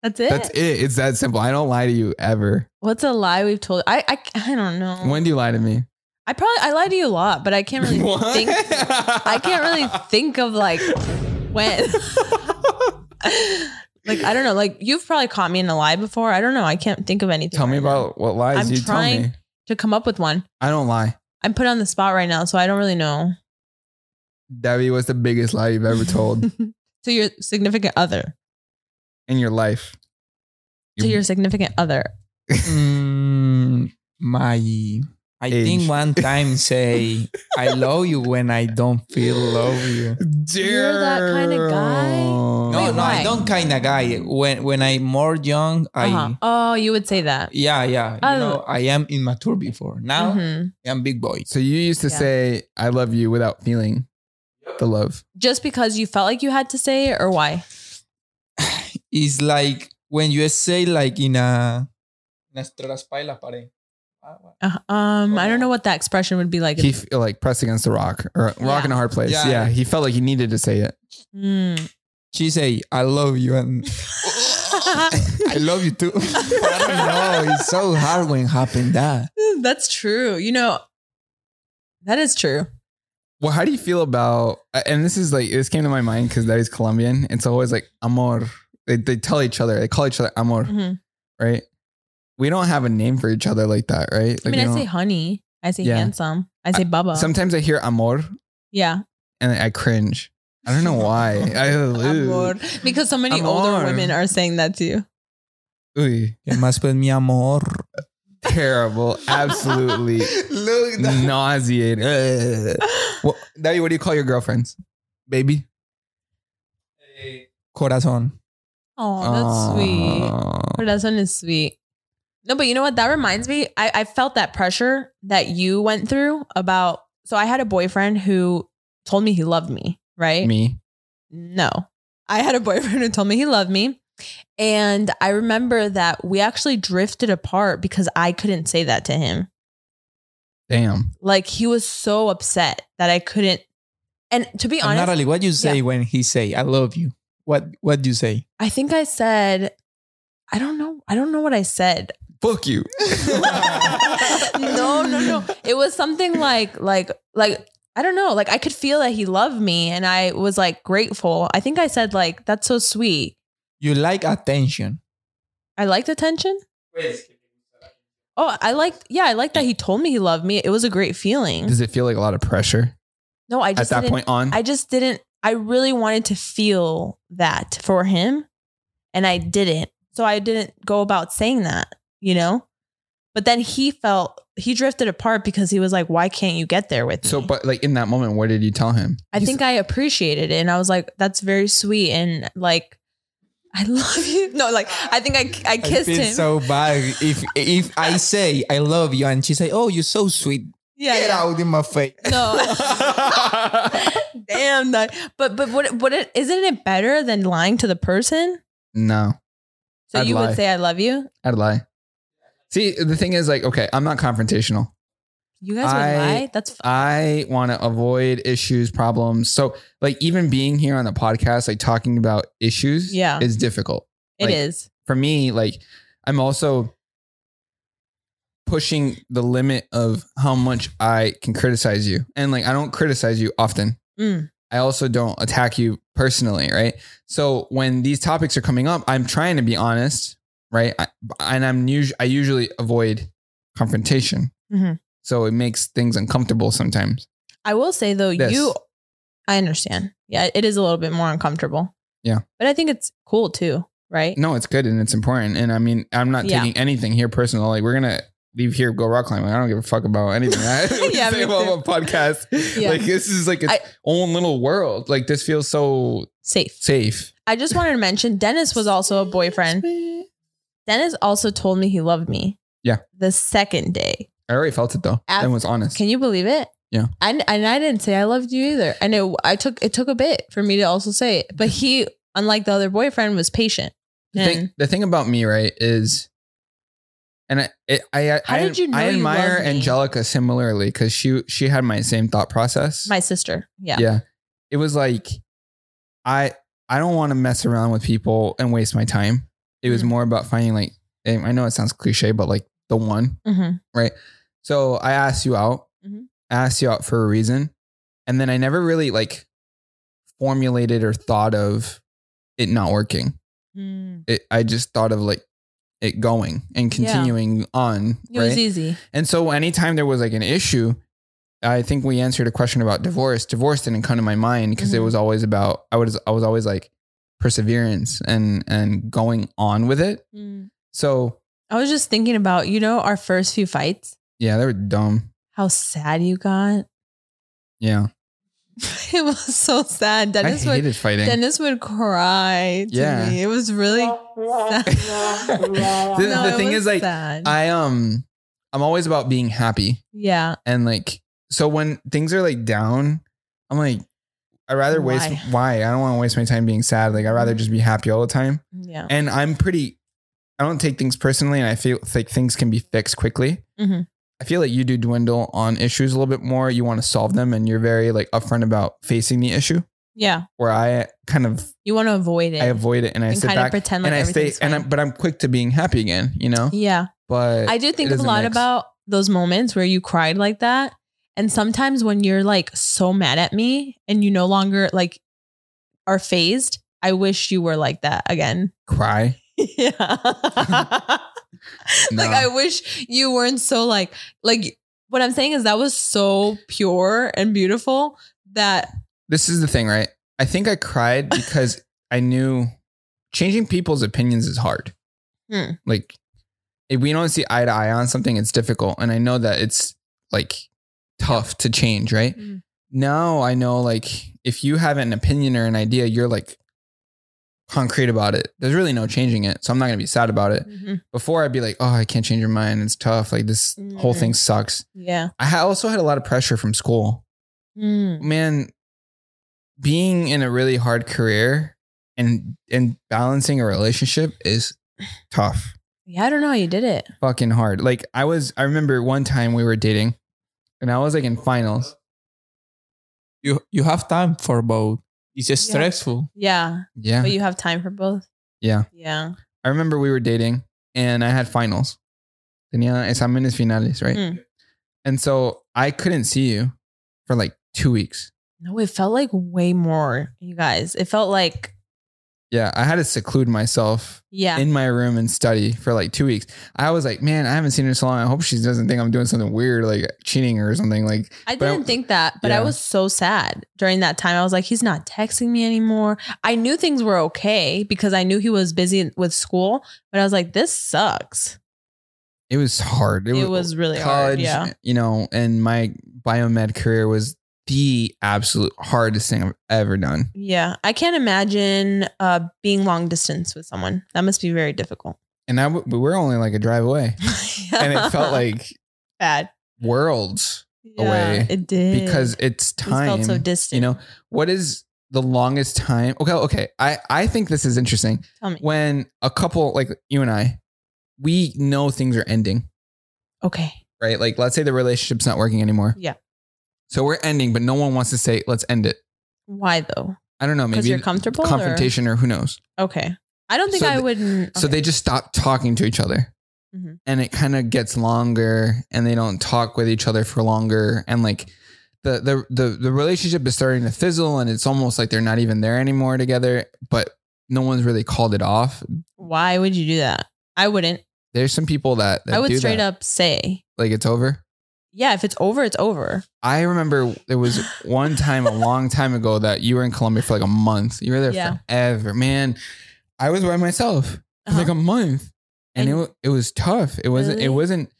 S1: That's it.
S2: That's it. It's that simple. I don't lie to you ever.
S1: What's a lie we've told? I I, I don't know.
S2: When do you lie to me?
S1: I probably I lie to you a lot, but Mm. I can't really
S2: What?
S1: think. I can't really think of like when. like I don't know. Like you've probably caught me in a lie before. I don't know. I can't think of anything.
S2: Tell me
S1: right now
S2: about what lies
S1: I'm
S2: you
S1: trying-
S2: tell me.
S1: to come up with one.
S2: I don't lie.
S1: I'm put on the spot right now, so I don't really know.
S2: Debbie, what's the biggest lie you've ever told
S1: to your significant other.
S2: in your life?
S1: To your significant other.
S3: Mm, my, I
S2: Age.
S3: think one time say, I love you when I don't feel love you.
S1: You're that kinda guy?
S3: No,
S1: Wait,
S3: no,
S1: why?
S3: I don't kind of guy. When when I'm more young, I
S1: Uh-huh. Oh, you would say that.
S3: yeah yeah. You
S1: Oh.
S3: know, I am immature before. Now
S1: Mhm.
S3: I'm big boy.
S2: So you used to
S1: Yeah.
S2: say, I love you without feeling the love.
S1: Just because you felt like you had to say it, or why?
S3: It's like when you say like in a. Nas traspay la pared. Ah, what?
S1: Uh, um, I don't know what that expression would be like.
S2: He feel like pressed against the rock or
S1: Yeah.
S2: rock in a hard place. Yeah.
S3: Yeah.
S2: He felt like he needed to say it.
S1: Hmm.
S3: She say, "I love you," and I love you too. I don't know. It's so hard when happen that.
S1: That's true. You know, that is true.
S2: Well, how do you feel about, and this is like, this came to my mind because that is Colombian. It's always like amor. They, they tell each other, they call each other amor,
S1: Mhm.
S2: right? We don't have a name for each other like that, right?
S1: I
S2: Like,
S1: mean,
S2: we
S1: I say
S2: don't-
S1: honey. I say
S2: Yeah.
S1: handsome. I say baba.
S2: sometimes I hear amor
S1: yeah.
S2: and I cringe. I don't know why. I,
S1: Amor. Because so many older
S2: Amor.
S1: women are saying that to you.
S2: Ooh,
S3: Que más pues mi amor.
S2: terrible. Absolutely
S3: Look,
S2: nauseated. Ugh. Well, Daddy, what do you call your girlfriends? Baby.
S3: corazón.
S1: Oh, that's sweet. Corazon is sweet. No, but you know what? That reminds me. I, I felt that pressure that you went through about. So I had a boyfriend who told me he loved me, right?
S2: Me.
S1: No. I had a boyfriend who told me he loved me. And I remember that we actually drifted apart because I couldn't say that to him.
S2: Damn.
S1: Like he was so upset that I couldn't. And to be
S3: And
S1: honest,
S3: Natalie, what you say when he say, "I love you"? What What do you say?
S1: I think I said, I don't know. I don't know what I said.
S2: Fuck you.
S1: no, no, no. It was something like like like I don't know. Like I could feel that he loved me and I was like grateful. I think I said like that's so sweet.
S3: You like attention.
S1: I liked attention. Oh, I liked yeah, I liked that he told me he loved me. It was a great feeling.
S2: Does it feel like a lot of pressure
S1: No, I
S2: at
S1: just
S2: that
S1: didn't-
S2: point um, on?
S1: I just didn't I really wanted to feel that for him and I didn't. So I didn't go about saying that, you know? But then he felt he drifted apart because he was like, Why can't you get there with me?
S2: so, but like in that moment, what did you tell him?
S1: I think I appreciated it. And I was like, that's very sweet. And like, I love you. No, like, I think I, I kissed
S3: I feel
S1: him.
S3: so bad if if I say I love you and she say, "Oh, you're so sweet."
S1: yeah.
S3: Get
S1: yeah.
S3: out in my face.
S1: No. Damn. That, but, but what, what, it, isn't it better than lying to the person?
S2: no,
S1: So
S2: I'd
S1: you
S2: lie.
S1: would say, I love you.
S2: I'd lie. See, the thing is, like, okay, I'm not confrontational.
S1: You guys would
S2: I-
S1: lie. That's, f-
S2: I want to avoid issues, problems. So, like, even being here on the podcast, like talking about issues,
S1: Yeah.
S2: is difficult
S1: it
S2: like-
S1: is.
S2: for me. Like, I'm also pushing the limit of how much I can criticize you, and like, I don't criticize you often.
S1: Mm.
S2: I also don't attack you personally, right? So when these topics are coming up, I'm trying to be honest, right? I, and I'm usually I usually avoid confrontation,
S1: Mhm.
S2: so it makes things uncomfortable sometimes.
S1: I will say though,
S2: This.
S1: you, I understand. Yeah. It is a little bit more uncomfortable.
S2: Yeah. Mm.
S1: But I think it's cool too. Right.
S2: No, it's good and it's important. And I mean, I'm not
S1: Yeah.
S2: taking anything here personal. Like we're gonna leave here, go rock climbing. I don't give a fuck about anything. I
S1: Yeah,
S2: say
S1: me
S2: about
S1: too.
S2: a podcast.
S1: Yeah.
S2: Like this is like its
S1: I-
S2: own little world. Like this feels so
S1: Safe.
S2: safe.
S1: I just wanted to mention Dennis was also a boyfriend.
S2: I
S1: Dennis also told me he loved me.
S2: Yeah.
S1: The second day.
S2: already felt it though.
S1: Ab-
S2: and was honest.
S1: Can you believe it?
S2: Yeah.
S1: I, and I didn't say I loved you either. I know I took it took a bit for me to also say it. But he, unlike the other boyfriend, was patient.
S2: the thing,
S1: And-
S2: the thing about me, right, is, And I, it, I,
S1: How
S2: I,
S1: did you know
S2: I
S1: you
S2: admire
S1: love me?
S2: Angelica similarly because she she had my same thought process.
S1: My sister. Yeah.
S2: yeah. It was like I I don't want to mess around with people and waste my time. It was
S1: Mhm.
S2: more about finding like and I know it sounds cliche, but like the one.
S1: Mhm.
S2: So I asked you out,
S1: Mhm.
S2: I asked you out for a reason, and then I never really like formulated or thought of it not working.
S1: Mm.
S2: It I just thought of like it going and
S1: Yeah.
S2: continuing on.
S1: It
S2: right?
S1: was easy.
S2: And so anytime there was like an issue, I think we answered a question about divorce. Divorce didn't come to my mind because it
S1: Mhm.
S2: was always about I was I was always like perseverance and and going on with it.
S1: Mm.
S2: So
S1: I was just thinking about, you know, our first few fights,
S2: yeah, they were dumb.
S1: how sad you got.
S2: Yeah,
S1: it was so sad. Dennis
S2: I
S1: would
S2: hated fighting.
S1: Dennis would cry to
S2: Yeah.
S1: me. It was really
S2: the
S1: No,
S2: the
S1: it
S2: thing
S1: was
S2: is like
S1: sad.
S2: I um I'm always about being happy
S1: yeah.
S2: and like so when things are like down, I'm like I rather
S1: Why?
S2: waste why I don't want to waste my time being sad. Like I rather just be happy all the time.
S1: Yeah.
S2: and I'm pretty. I don't take things personally, and I feel like things can be fixed quickly.
S1: Mhm.
S2: I feel like you do dwindle on issues a little bit more. You want to solve them, and you're very like upfront about facing the issue.
S1: Yeah.
S2: Where I kind of
S1: You want to avoid it.
S2: I avoid it, and I
S1: And
S2: sit
S1: kinda
S2: back
S1: pretend like
S2: and I stay,
S1: everything's
S2: and I'm,
S1: fine.
S2: but I'm quick to being happy again. You know,
S1: yeah.
S2: but
S1: I do think
S2: it
S1: of a
S2: is a
S1: lot
S2: mix.
S1: about those moments where you cried like that. And sometimes when you're like so mad at me and you no longer like are phased, I wish you were like that again.
S2: cry.
S1: yeah.
S2: No.
S1: Like I wish you weren't so like like what I'm saying is that was so pure and beautiful that
S2: this is the thing, right? I think I cried because I knew changing people's opinions is hard.
S1: Hmm.
S2: Like if we don't see eye to eye on something, it's difficult. And I know that it's like tough to change, right?
S1: Hmm.
S2: Now I know like if you have an opinion or an idea, you're like concrete about it. There's really no changing it. So I'm not gonna be sad about
S1: Hmm.
S2: it. Before I'd be like, oh, I can't change your mind. It's tough. Like this whole
S1: Hmm.
S2: thing sucks.
S1: yeah. Mm.
S2: I ha- also had a lot of pressure from school man, being in a really hard career and and balancing a relationship is tough.
S1: Yeah, I don't know how you did it.
S2: Fucking hard. Like I was I remember one time we were dating and I was like in finals.
S3: You you have time for both. It's just
S1: Yeah.
S3: stressful.
S1: Oh, Yeah.
S2: Yeah.
S1: But you have time for both.
S2: yeah.
S1: Yeah.
S2: I remember we were dating and I had finals. Tenía exámenes finales, right?
S1: Mm.
S2: And so I couldn't see you for like 2 weeks.
S1: No, it felt like way more, you guys. It felt like
S2: Yeah, I had to seclude myself
S1: yeah.
S2: in my room and study for like two weeks. I was like, man, I haven't seen her so long. I hope she doesn't think I'm doing something weird, like cheating her or something. Like,
S1: I
S2: but I-
S1: didn't think that, but I
S2: Yeah.
S1: was so sad during that time. I was like, he's not texting me anymore. I knew things were okay because I knew he was busy with school, but I was like, this sucks.
S2: it was hard.
S1: It, was really hard. Yeah.
S2: you know, and my biomed career was the absolute hardest thing I've ever done.
S1: Yeah. I can't imagine uh, being long distance with someone. That must be very difficult.
S2: And I, w- we were only like a drive away, and it felt like
S1: bad.
S2: worlds
S1: Yeah,
S2: away
S1: It did.
S2: because it's
S1: It just
S2: time.
S1: felt so distant.
S2: you know, what is the longest time? Okay, okay. I I think this is interesting.
S1: Tell me.
S2: when a couple like you and I, we know things are ending,
S1: Okay.
S2: right? Like let's say the relationship's not working anymore.
S1: Yeah.
S2: So we're ending, but no one wants to say, let's end it.
S1: Why though?
S2: I don't know,
S1: Because
S2: maybe
S1: you're comfortable. or-
S2: confrontation or who knows.
S1: Okay. I don't think
S2: So
S1: I
S2: the-
S1: wouldn't.
S2: So
S1: okay.
S2: they just stop talking to each other.
S1: Mhm.
S2: And it kind of gets longer and they don't talk with each other for longer. And like the, the the the relationship is starting to fizzle and it's almost like they're not even there anymore together, but no one's really called it off.
S1: Why would you do that? I wouldn't.
S2: There's some people that, that
S1: I would
S2: do
S1: straight
S2: that.
S1: up say,
S2: like it's over.
S1: yeah, if it's over, it's over.
S2: I remember there was one time a long time ago that you were in Colombia for like a month. You were there
S1: Yeah.
S2: forever, man. I was by myself for
S1: Uh-huh.
S2: like a month, and, it
S1: And-
S2: it it was tough. It wasn't. It
S1: Really?
S2: wasn't.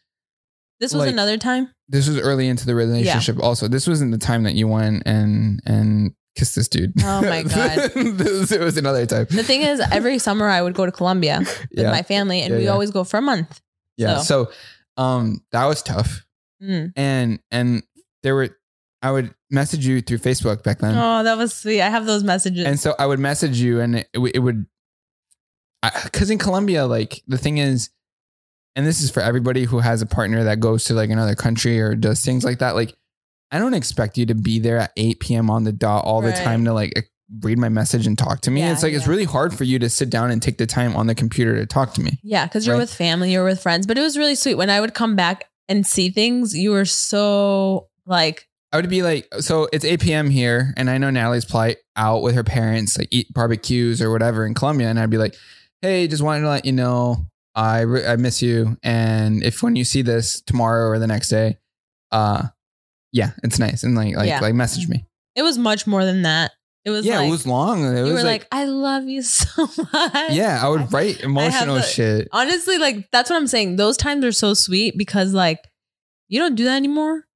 S1: This was
S2: like-
S1: another time.
S2: This was early into the relationship. Also, this wasn't the time that you went and and kissed this dude.
S1: Oh my God.
S2: this, it was another time.
S1: The thing is, every summer I would go to Colombia with
S2: yeah,
S1: my family, and
S2: Yeah,
S1: we
S2: yeah.
S1: always go for a month.
S2: yeah.
S1: so.
S2: So, um, that was tough,
S1: Mm.
S2: and and there were. I would message you through Facebook back then.
S1: Oh, that was sweet. I have those messages.
S2: and so I would message you, and it, w- it would, because in Colombia, like the thing is, and this is for everybody who has a partner that goes to like another country or does things like that. Like, I don't expect you to be there at 8 p.m. on the dot all
S1: Right.
S2: the time to like read my message and talk to me.
S1: Yeah,
S2: it's like, it's
S1: yeah.
S2: really hard for you to sit down and take the time on the computer to talk to me.
S1: Yeah, because you're
S2: Right.
S1: with family, you're with friends. But it was really sweet. When I would come back and see things, you were so like,
S2: I would be like, so it's 8 p.m. here, and I know Natalie's probably out with her parents, like eat barbecues or whatever in Colombia. And I'd be like, hey, just wanted to let you know I, re- I miss you. And if when you see this tomorrow or the next day, uh, yeah, it's nice. And like, like,
S1: Yeah.
S2: like message me.
S1: it was much more than that. It was
S2: yeah,
S1: like,
S2: it was long. It
S1: you
S2: was
S1: were like, I love you so much.
S2: yeah, I would write emotional
S1: the- Oh.
S2: shit.
S1: Honestly, like that's what I'm saying. Those times are so sweet because like you don't do that anymore.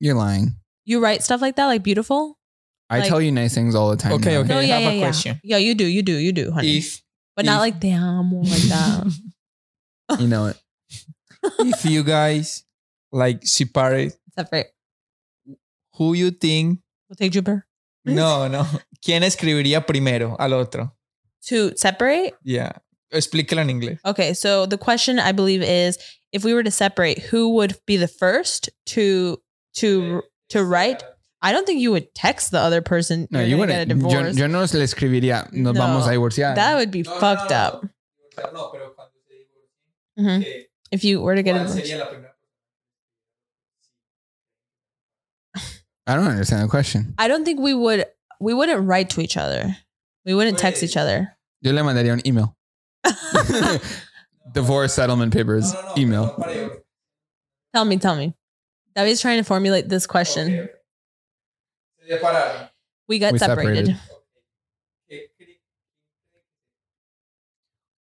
S2: You're lying.
S1: You write stuff like that, like beautiful.
S2: I
S1: Like-
S2: tell you nice things all the time.
S3: Okay,
S2: now.
S3: okay.
S1: no,
S3: I
S1: yeah,
S3: have
S1: yeah,
S3: a
S1: yeah.
S3: question.
S1: Yeah, you do, you do, you do, honey. Oh
S3: If
S1: but not
S3: if-
S1: like damn amo like that.
S2: You know it.
S3: if you guys like separate,
S1: Separate.
S3: who you think?
S1: We'll take Jupiter.
S3: No, no. ¿Quién escribiría primero al otro?
S1: To separate.
S3: Yeah. Explícalo en inglés.
S1: Okay, so the question I believe is if we were to separate, who would be the first to to to write? I don't think you would text the other person.
S2: No,
S1: you're
S2: you
S1: gonna get
S2: wouldn't.
S1: a
S2: Yo,
S1: divorce.
S2: yo no se le escribiría. Nos
S1: No.
S2: vamos a divorciar.
S1: that would be fucked up.
S3: No, pero cuando se divorcien,
S1: Mhm.
S3: que-
S1: If you were to get a
S3: ¿cuál
S1: divorce.
S3: sería la primera?
S2: I don't understand the question.
S1: I don't think we would we wouldn't write to each other. We wouldn't text
S3: Wait.
S1: each other.
S2: Yo le mandaría un email. Divorce settlement papers
S3: No, no, no,
S2: email.
S3: pero para ello.
S1: Tell me, tell me. David's trying to formulate this question.
S3: Ok, ok. Se separaron.
S1: We got
S2: We
S1: separated.
S2: separated.
S3: ¿Qué cre-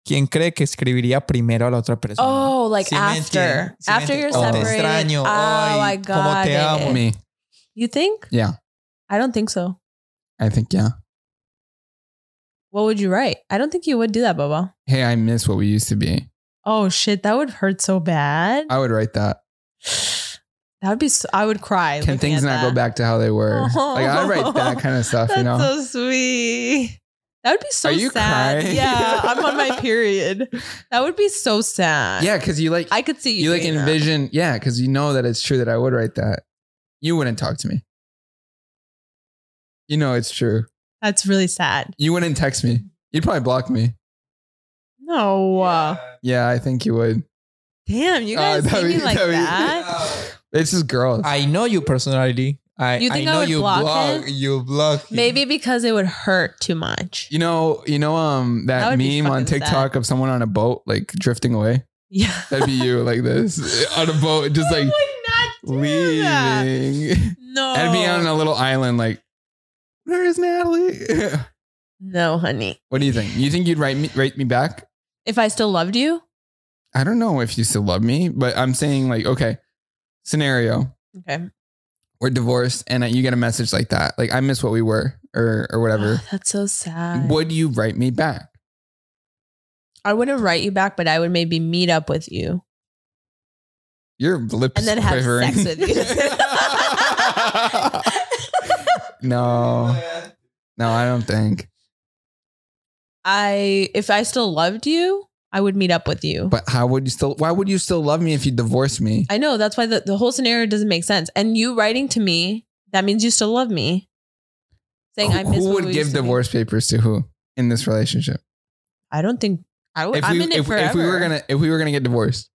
S3: ¿Quién cree que escribiría primero a la otra persona?
S1: Oh, like
S3: Sí me
S1: after.
S3: entiende, sí me
S1: after
S3: entiende.
S1: you're
S2: Oh. Te
S1: separated.
S3: extraño,
S1: oh,
S3: ay,
S1: I
S3: cómo
S1: got
S3: te
S1: it.
S3: amo.
S2: Me,
S1: You think?
S2: yeah,
S1: I don't think so.
S2: I think yeah.
S1: What would you write? I don't think you would do that, Bobo.
S2: Hey, I miss what we used to be.
S1: Oh shit, that would hurt so bad.
S2: I would write that.
S1: That would be. So, I would cry.
S2: Can
S1: looking
S2: things
S1: at
S2: not go
S1: that.
S2: back to how they were?
S1: Oh.
S2: Like I'd write that kind of stuff.
S1: That's
S2: you know,
S1: so sweet. That would be so
S2: Are you
S1: sad.
S2: crying?
S1: Yeah, I'm on my period. That would be so sad.
S2: yeah, because you like
S1: I could see you.
S2: you like
S1: doing that.
S2: envision yeah, because you know that it's true that I would write that. You wouldn't talk to me. You know it's true.
S1: That's really sad.
S2: You wouldn't text me. You'd probably block me.
S1: No, uh,
S2: Yeah, I think you would.
S1: damn, you guys
S2: Uh, that
S1: thinking
S2: would-
S1: like
S2: that would-
S1: that?
S3: Yeah.
S2: It's just girls.
S3: I know you personality. I,
S1: You think I
S3: I know
S1: would
S3: you
S1: block him?
S3: block. You block. him.
S1: Maybe because it would hurt too much.
S2: You know, you know, um,
S1: That
S2: that,
S1: would be
S2: meme on
S1: fucking
S2: TikTok of someone on a boat like drifting away.
S1: Yeah,
S2: That'd be you, like this on a boat, just
S1: I
S2: like
S1: would not do
S2: leaving.
S1: that. Oh.
S2: I'd
S1: No,
S2: be on a little island, like where is Natalie?
S1: no, honey.
S2: what do you think? You think you'd write me, write me back?
S1: If I still loved you,
S2: I don't know if you still love me, but I'm saying like, okay, scenario,
S1: okay.
S2: we're divorced, and uh, you get a message like that, like I miss what we were, or or whatever.
S1: Oh, That's so sad.
S2: Would you write me back?
S1: I wouldn't write you back, but I would maybe meet up with you.
S2: Your lips
S1: And then have
S2: quivering.
S1: sex with
S2: no,
S3: Yeah.
S2: no, I don't think.
S1: I if I still loved you, I would meet up with you.
S2: But how would you still? Why would you still love me if you divorced me?
S1: I know that's why the, the whole scenario doesn't make sense. And you writing to me, that means you still love me. Saying
S2: who,
S1: I miss
S2: who
S1: what
S2: would
S1: we
S2: give
S1: used to be.
S2: divorce papers to who in this relationship?
S1: I don't think I would. Oh, I'm
S2: we
S1: in it
S2: if,
S1: forever.
S2: if we were gonna if we were gonna get divorced,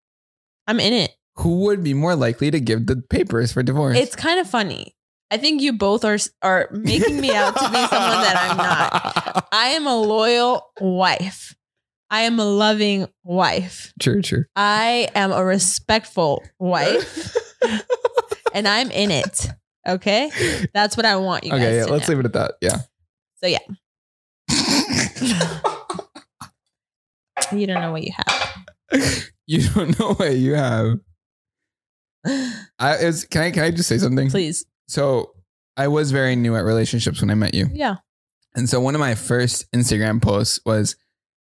S1: I'm in it.
S2: who would be more likely to give the papers for divorce?
S1: It's kind of funny. I think you both are are making me out to be someone that I'm not.
S2: not.
S1: I am a loyal wife. I am a loving wife.
S2: True, true.
S1: I am a respectful wife, and I'm in it. Okay, that's what I want you guys.
S2: okay, yeah,
S1: to
S2: let's
S1: know.
S2: leave it at that. Yeah.
S1: So yeah, you don't know what you have.
S2: you don't know what you have. I is can I can I just say something?
S1: Please,
S2: So I was very new at relationships when I met you.
S1: yeah,
S2: And so one of my first Instagram posts was,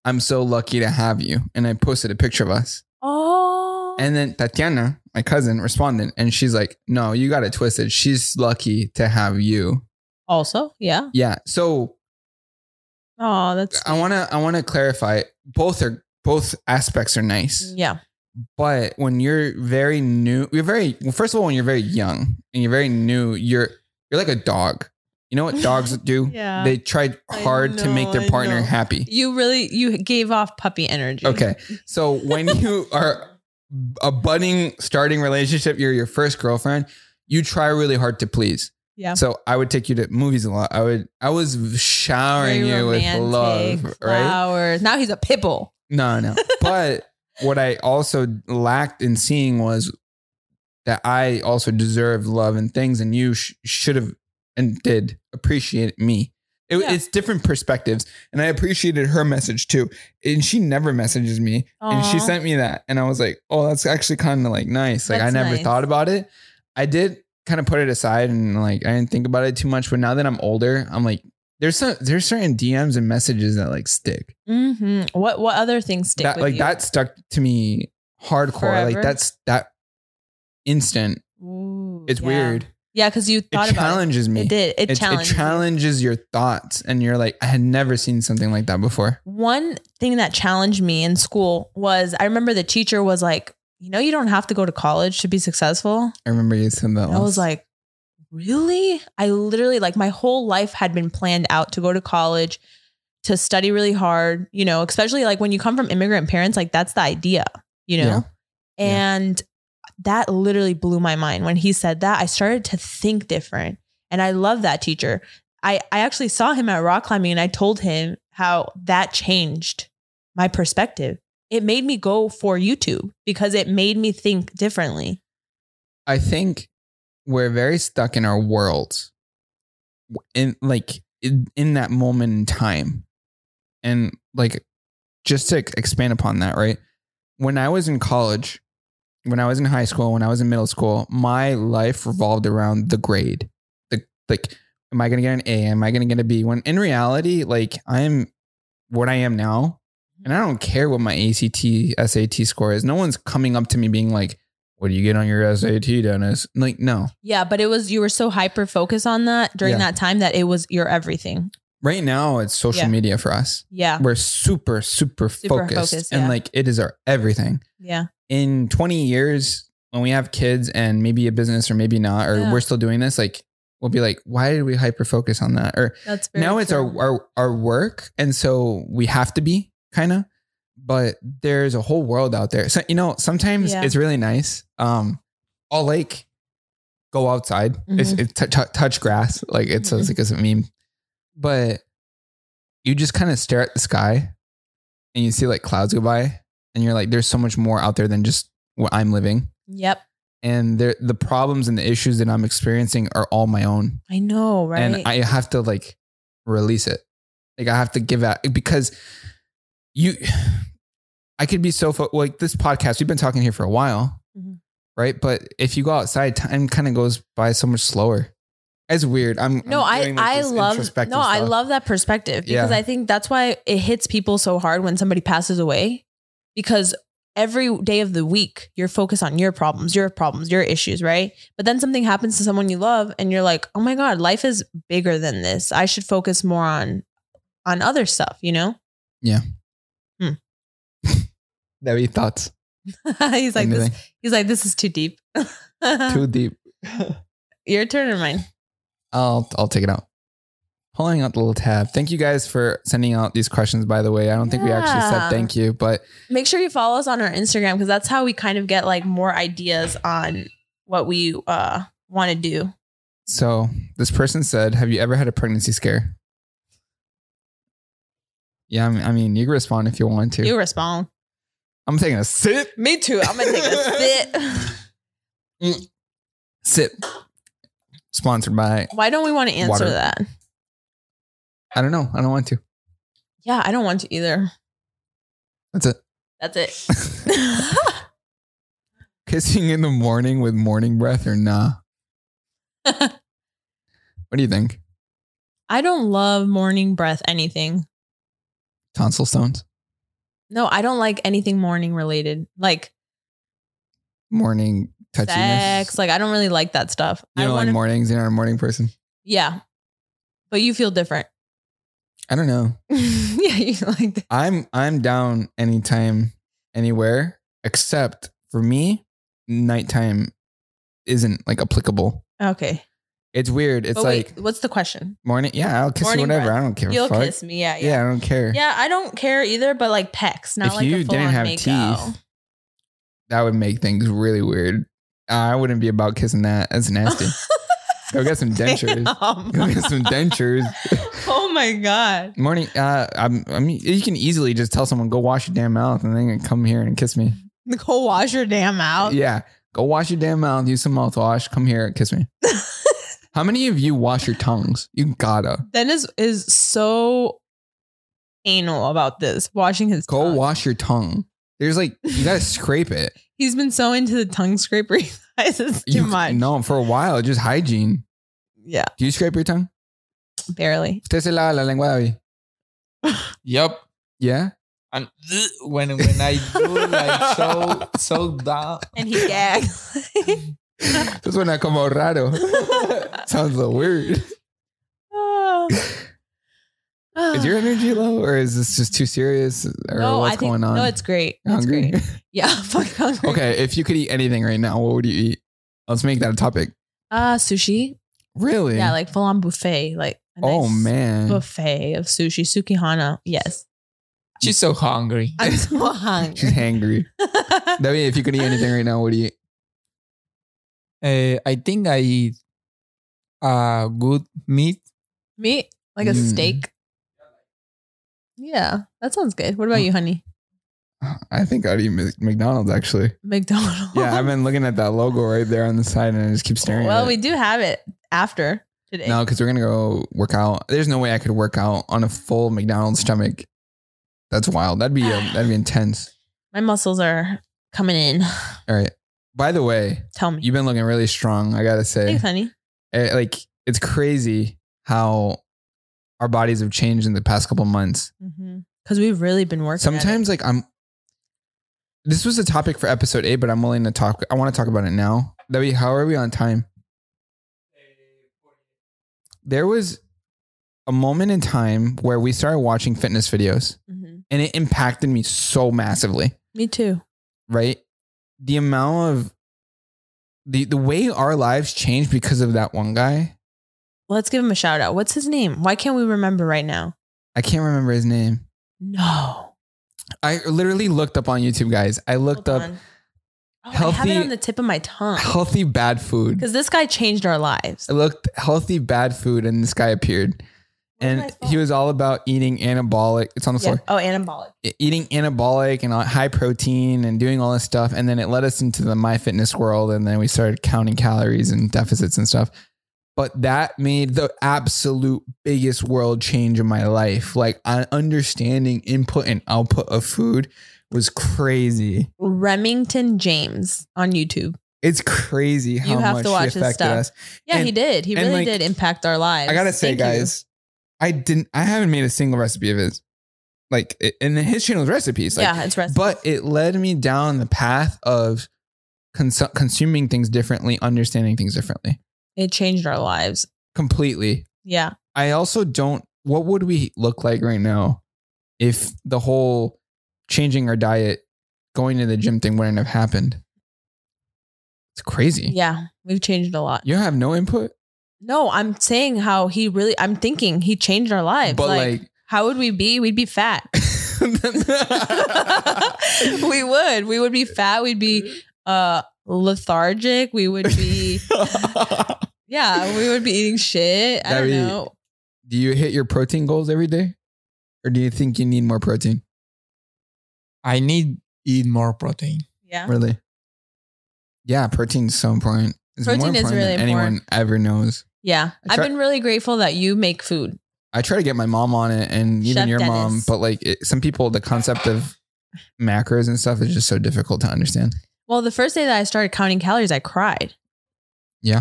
S2: I'm so lucky to have you. And I posted a picture of us.
S1: oh,
S2: And then Tatiana, my cousin, responded and she's like, No, you got it twisted. She's lucky to have you.
S1: also, yeah,
S2: Yeah. So
S1: oh, that's
S2: I wanna I wanna clarify both are both aspects are nice.
S1: yeah,
S2: But when you're very new, you're very well, first of all, when you're very young and you're very new, you're you're like a dog. You know what dogs do?
S1: Yeah.
S2: They try
S1: I
S2: hard to
S1: know,
S2: make their
S1: I
S2: partner
S1: know.
S2: happy.
S1: You really you gave off puppy energy.
S2: Okay. So when you are a budding starting relationship, you're your first girlfriend, you try really hard to please.
S1: Yeah.
S2: So I would take you to movies a lot. I would I was showering
S1: Very
S2: you with love,
S1: romantic,
S2: right?
S1: Flowers. Now he's a pitbull.
S2: No, no. but what I also lacked in seeing was that I also deserve love and things, and you sh- should have and did appreciate me. It,
S1: Yeah.
S2: It's different perspectives, and I appreciated her message too. And she never messages me, and she
S1: Aw.
S2: sent me that, and I was like, "Oh, that's actually kind of like nice." Like I
S1: That's
S2: never
S1: nice.
S2: thought about it. I did kind of put it aside, and like I didn't think about it too much. But now that I'm older, I'm like, there's some there's certain DMs and messages that like stick
S1: hmm What what other things stick
S2: that
S1: with
S2: like
S1: you?
S2: that stuck to me hardcore.
S1: Forever?
S2: Like that's that instant.
S1: Ooh,
S2: It's
S1: yeah.
S2: weird.
S1: Yeah, because you thought
S2: it
S1: about
S2: challenges
S1: it.
S2: me.
S1: It did. It,
S2: It, it
S1: challenged. you.
S2: challenges your thoughts, and you're like, I had never seen something like that before.
S1: One thing that challenged me in school was I remember the teacher was like, you know, you don't have to go to college to be successful.
S2: I remember you said that.
S1: And I was like, really? I literally, like, my whole life had been planned out to go to college, to study really hard, you know, especially like when you come from immigrant parents, like, that's the idea, you know?
S2: Yeah. Yeah.
S1: And that literally blew my mind. When he said that, I started to think different. And I love that teacher. I, I actually saw him at rock climbing and I told him how that changed my perspective. It made me go for YouTube because it made me think differently.
S2: I think we're very stuck in our world, in like in, in that moment in time, and like just to expand upon that, right? When I was in college, when I was in high school, when I was in middle school, my life revolved around the grade. The like, am I gonna get an A? Am I gonna get a B? When in reality, like I am what I am now, and I don't care what my ACT, SAT score is. No one's coming up to me being like, what do you get on your SAT, Dennis? Like, no.
S1: Yeah, but it was you were so hyper focused on that during
S2: Yeah.
S1: that time that it was your everything.
S2: Right now, it's social
S1: Yeah.
S2: media for us.
S1: Yeah.
S2: We're super, super,
S1: Super
S2: focused,
S1: focused, yeah.
S2: and like it is our everything.
S1: Yeah.
S2: In 20 years, when we have kids and maybe a business or maybe not, or
S1: Yeah.
S2: we're still doing this, like we'll be like, why did we hyper focus on that? Or
S1: That's
S2: now it's our, our our work, and so we have to be kind of. But there's a whole world out there. So you know, sometimes
S1: Yeah.
S2: it's really nice. Um, I'll like go outside, it's, it's t- t- touch grass, like it sounds like it's a meme. But you just kind of stare at the sky, and you see like clouds go by, and you're like, there's so much more out there than just what I'm living.
S1: Yep.
S2: And there, the problems and the issues that I'm experiencing are all my own
S1: I know, right?
S2: and I have to like release it. Like I have to give out because you, I could be so fo- like this podcast. We've been talking here for a while,
S1: Mhm.
S2: right? But if you go outside, time kind of goes by so much slower. It's weird. I'm
S1: no,
S2: I'm
S1: I
S2: doing, like,
S1: I
S2: this
S1: love no,
S2: introspective
S1: I
S2: stuff.
S1: love that perspective because
S2: Yeah.
S1: I think that's why it hits people so hard when somebody passes away because every day of the week you're focused on your problems, your problems, your issues, right? But then something happens to someone you love and you're like, "Oh my god, life is bigger than this. I should focus more on on other stuff, you know?"
S2: That'd be thoughts.
S1: he's like this uh,
S2: Anything.
S1: he's like this is too deep.
S2: too deep.
S1: Your turn or mine?
S2: I'll I'll take it out. Pulling out the little tab. Thank you guys for sending out these questions. By the way, I don't think we actually said
S1: Yeah.
S2: thank you, but
S1: Make sure you follow us on our Instagram because that's how we kind of get like more ideas on what we uh want to do.
S2: So this person said, "Have you ever had a pregnancy scare?" Yeah, I mean, I mean you can respond if you want to.
S1: You respond.
S2: I'm taking a sip,
S1: Me too. I'm gonna take a sip.
S2: sip. Sponsored by.
S1: Why don't we want to answer
S2: Water.
S1: that?
S2: I don't know. I don't want to.
S1: Yeah, I don't want to either.
S2: That's it.
S1: That's it.
S2: Kissing in the morning with morning breath or nah? what do you think?
S1: I don't love morning breath anything.
S2: Tonsil stones.
S1: No, I don't like anything morning related. Like
S2: Morning touchiness.
S1: sex. Like I don't really like that stuff.
S2: You
S1: I
S2: don't like
S1: wanna-
S2: mornings. You're not a morning person.
S1: Yeah. But you feel different.
S2: I don't know.
S1: yeah, you like that.
S2: I'm I'm down anytime, anywhere. Except for me, nighttime isn't like applicable.
S1: Okay.
S2: It's weird. It's
S1: but
S2: like
S1: wait, what's the question?
S2: morning. Yeah, I'll kiss
S1: Morning
S2: you whatever.
S1: breath.
S2: I don't care.
S1: You'll
S2: fuck.
S1: kiss me. Yeah,
S2: Yeah.
S1: yeah.
S2: I don't care.
S1: Yeah, I don't care either, but like pecs, not
S2: If
S1: like
S2: you
S1: a full
S2: didn't
S1: on
S2: have
S1: make
S2: teeth,
S1: out.
S2: That would make things really weird. I wouldn't be about kissing that. That's nasty. Go get some dentures. Go get some dentures.
S1: oh my god.
S2: Morning. Uh, I'm, I mean, you can easily just tell someone go wash your damn mouth, and then come here and kiss me.
S1: Go wash your damn mouth.
S2: Yeah, go wash your damn mouth. Use some mouthwash. Come here, kiss me. How many of you wash your tongues? You gotta
S1: Dennis is so anal about this, washing his
S2: go
S1: tongue.
S2: wash your tongue. There's like you gotta scrape it.
S1: He's been so into the tongue scraper. He realizes it's
S2: You-
S1: too much.
S2: No, for a while, just hygiene.
S1: Yeah,
S2: Do you scrape your tongue?
S1: barely.
S2: Usted se lava la lengua, David.
S3: Yep.
S2: Yeah.
S3: And when when I do like so so down.
S1: And he gagged.
S2: That's when I come out raro. Sounds a little weird. Is your energy low, or is this just too serious, or
S1: no,
S2: what's
S1: I think,
S2: going on?
S1: No, it's great.
S2: You
S1: It's
S2: hungry.
S1: great. Yeah, I'm fucking hungry.
S2: okay, if you could eat anything right now, what would you eat? Let's make that a topic.
S1: Uh, sushi.
S2: Really?
S1: Yeah, like full on buffet. Like a
S2: oh
S1: nice
S2: man.
S1: buffet of sushi. Sukihana. Yes.
S3: She's so hungry.
S1: I'm so hungry.
S2: She's hangry. That mean, if you could eat anything right now, what do you eat?
S3: Uh, I think I eat uh good meat.
S1: Meat? Like a
S2: Mm.
S1: steak? Yeah, that sounds good. What about you, honey?
S2: I think I'd eat Mc- McDonald's actually.
S1: McDonald's.
S2: Yeah, I've been looking at that logo right there on the side, and I just keep staring.
S1: Well,
S2: at
S1: we
S2: it.
S1: do have it after today.
S2: no, because we're gonna go work out. There's no way I could work out on a full McDonald's stomach. That's wild. That'd be um, that'd be intense.
S1: My muscles are coming in.
S2: All right. By the way,
S1: Tell me.
S2: you've been looking really strong. I gotta say.
S1: Thanks, honey.
S2: Eh, like it's crazy how our bodies have changed in the past couple months.
S1: Because Mm-hmm. we've really been working. at it.
S2: Sometimes like I'm this was a topic for episode 8 but I'm willing to talk I want to talk about it now. That we how are we on time? There was a moment in time where we started watching fitness videos
S1: Mhm.
S2: and it impacted me so massively,
S1: Me too.
S2: right? The amount of the the way our lives changed because of that one guy.
S1: Let's give him a shout out. What's his name? Why can't we remember right now?
S2: I can't remember his name.
S1: No.
S2: I literally looked up on YouTube, guys. I looked
S1: Hold
S2: up
S1: on. Oh, I have it
S2: healthy-
S1: on the tip of my tongue.
S2: healthy bad food.
S1: Because this guy changed our lives.
S2: I looked healthy bad food, and this guy appeared, and he was all about eating anabolic. It's on the
S1: Yeah.
S2: floor,
S1: Oh, anabolic.
S2: E- eating anabolic and high protein, and doing all this stuff. And then it led us into the MyFitness world, and then we started counting calories and deficits and stuff. But that made the absolute biggest world change in my life. Like I- understanding input and output of food was crazy.
S1: Remington James on YouTube.
S2: It's crazy how
S1: have
S2: much
S1: to watch his
S2: he affected
S1: stuff.
S2: us.
S1: Yeah,
S2: And-
S1: he did. He
S2: and,
S1: really
S2: like,
S1: did impact our lives.
S2: I gotta say,
S1: Thank you.
S2: guys, I didn't. I haven't made a single recipe of his. Like, it- and then his channel's recipes. Like,
S1: yeah, it's rest.
S2: but it led me down the path of cons- consuming things differently, understanding things differently,
S1: it changed our lives.
S2: completely.
S1: Yeah.
S2: I also don't. What would we look like right now if the whole changing our diet, going to the gym thing wouldn't have happened? It's crazy.
S1: Yeah. We've changed a lot.
S2: You have no input,
S1: No, I'm saying how he really, I'm thinking he changed our lives.
S2: but
S1: like,
S2: like
S1: how would we be? We'd be fat. we would. We would be fat. We'd be uh lethargic. We would be yeah, we would be eating shit. I
S2: That'd
S1: don't
S2: be-
S1: know.
S2: do you hit your protein goals every day? Or do you think you need more protein?
S3: I need eat more protein.
S1: Yeah.
S2: Really? Yeah, protein is so important. It's more
S1: Protein is
S2: important
S1: really
S2: than anyone ever knows.
S1: Yeah.
S2: I
S1: I've
S2: try-
S1: been really grateful that you make food.
S2: I try to get my mom on it and even
S1: Chef
S2: your mom,
S1: Dennis.
S2: but like it, some people, the concept of macros and stuff is just so difficult to understand.
S1: Well, the first day that I started counting calories, I cried.
S2: Yeah.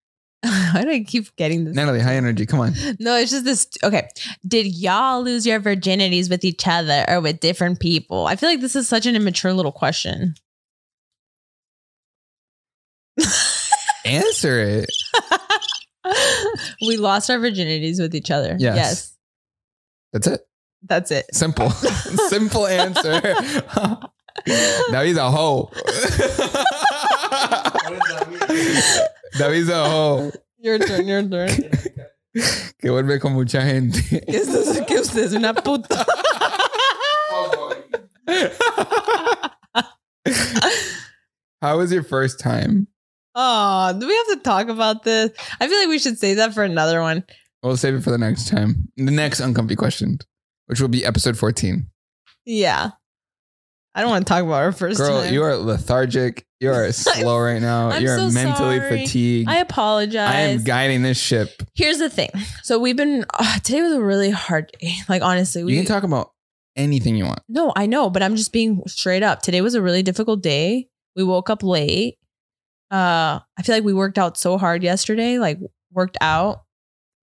S1: Why do I keep getting this?
S2: Natalie, high energy. Come on.
S1: No, it's just this. Okay. Did y'all lose your virginities with each other or with different people? I feel like this is such an immature little question.
S2: Answer it.
S1: we lost our virginities with each other.
S2: Yes.
S1: yes
S2: That's it.
S1: that's it.
S2: Simple. Simple answer. David's a hoe. David's a hoe.
S1: Your turn, your turn.
S2: Que vuelve con mucha gente.
S1: ¿Qué es eso? ¿Qué usted es una puta?
S2: How was your first time?
S1: Oh, do we have to talk about this? I feel like we should say that for another one.
S2: We'll save it for the next time. The next uncomfy question, which will be episode 14.
S1: Yeah. I don't want to talk about our first
S2: Girl,
S1: time.
S2: you are lethargic. You are slow right now.
S1: I'm
S2: you are
S1: so
S2: mentally
S1: sorry.
S2: fatigued.
S1: I
S2: I
S1: apologize.
S2: am guiding this ship.
S1: Here's the thing. So we've been ah, today was a really hard day. Like honestly, we
S2: you can talk about anything you want.
S1: No, I know, but I'm just being straight up. Today was a really difficult day. We woke up late. Uh, I feel like we worked out so hard yesterday, like worked out.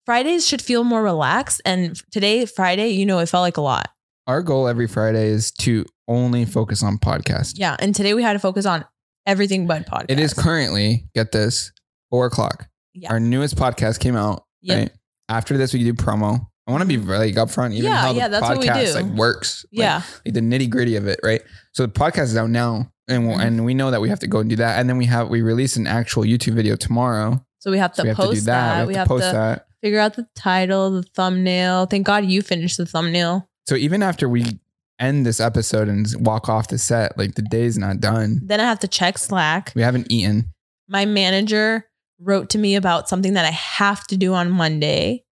S1: Fridays should feel more relaxed. And f- today, Friday, you know, it felt like a lot.
S2: Our goal every Friday is to only focus on podcast.
S1: Yeah. And today we had to focus on everything but podcast.
S2: It is currently, get this, four o'clock.
S1: Yeah.
S2: Our newest podcast came out.
S1: Yep.
S2: Right? After this, we do promo. I want to be like upfront, even
S1: Yeah,
S2: how the
S1: yeah, that's what we
S2: podcast
S1: do.
S2: like works. Like,
S1: Yeah.
S2: like the nitty gritty of it, right? So the podcast is out now, and we'll,
S1: Mhm.
S2: and we know that we have to go and do that, and then we have we release an actual YouTube video tomorrow.
S1: so we have to
S2: So we have
S1: post
S2: to do
S1: that.
S2: that. We have to post that.
S1: figure out the title, the thumbnail. Thank God you finished the thumbnail.
S2: So even after we end this episode and walk off the set, like the day's not done.
S1: Then I have to check Slack.
S2: We haven't eaten.
S1: my manager wrote to me about something that I have to do on Monday,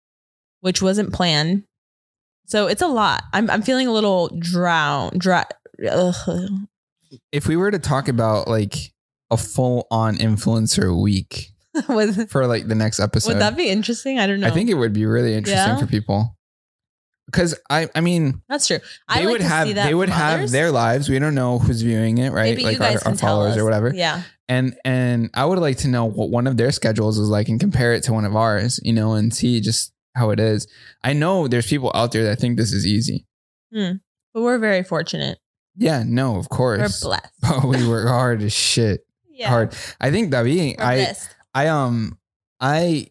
S1: which wasn't planned. So it's a lot. I'm I'm feeling a little drown, dry. Ugh.
S2: If we were to talk about like a full on influencer week
S1: would,
S2: for like the next episode,
S1: would that be interesting? I don't know.
S2: I think it would be really interesting
S1: Yeah.
S2: for people. Because I, I mean,
S1: that's true.
S2: they
S1: I like
S2: would
S1: to
S2: have
S1: see that
S2: they would
S1: from
S2: have
S1: others.
S2: their lives. We don't know who's viewing it, right?
S1: Maybe you guys
S2: our,
S1: can
S2: our
S1: tell
S2: followers
S1: us.
S2: or whatever.
S1: Yeah,
S2: and and I would like to know what one of their schedules is like and compare it to one of ours, you know, and see just how it is. I know there's people out there that think this is easy.
S1: but we're very fortunate.
S2: Yeah, no, of
S1: We're
S2: course,
S1: blessed.
S2: but we work hard as shit.
S1: Yeah,
S2: Hard. I think David,
S1: We're
S2: I
S1: blessed.
S2: I um I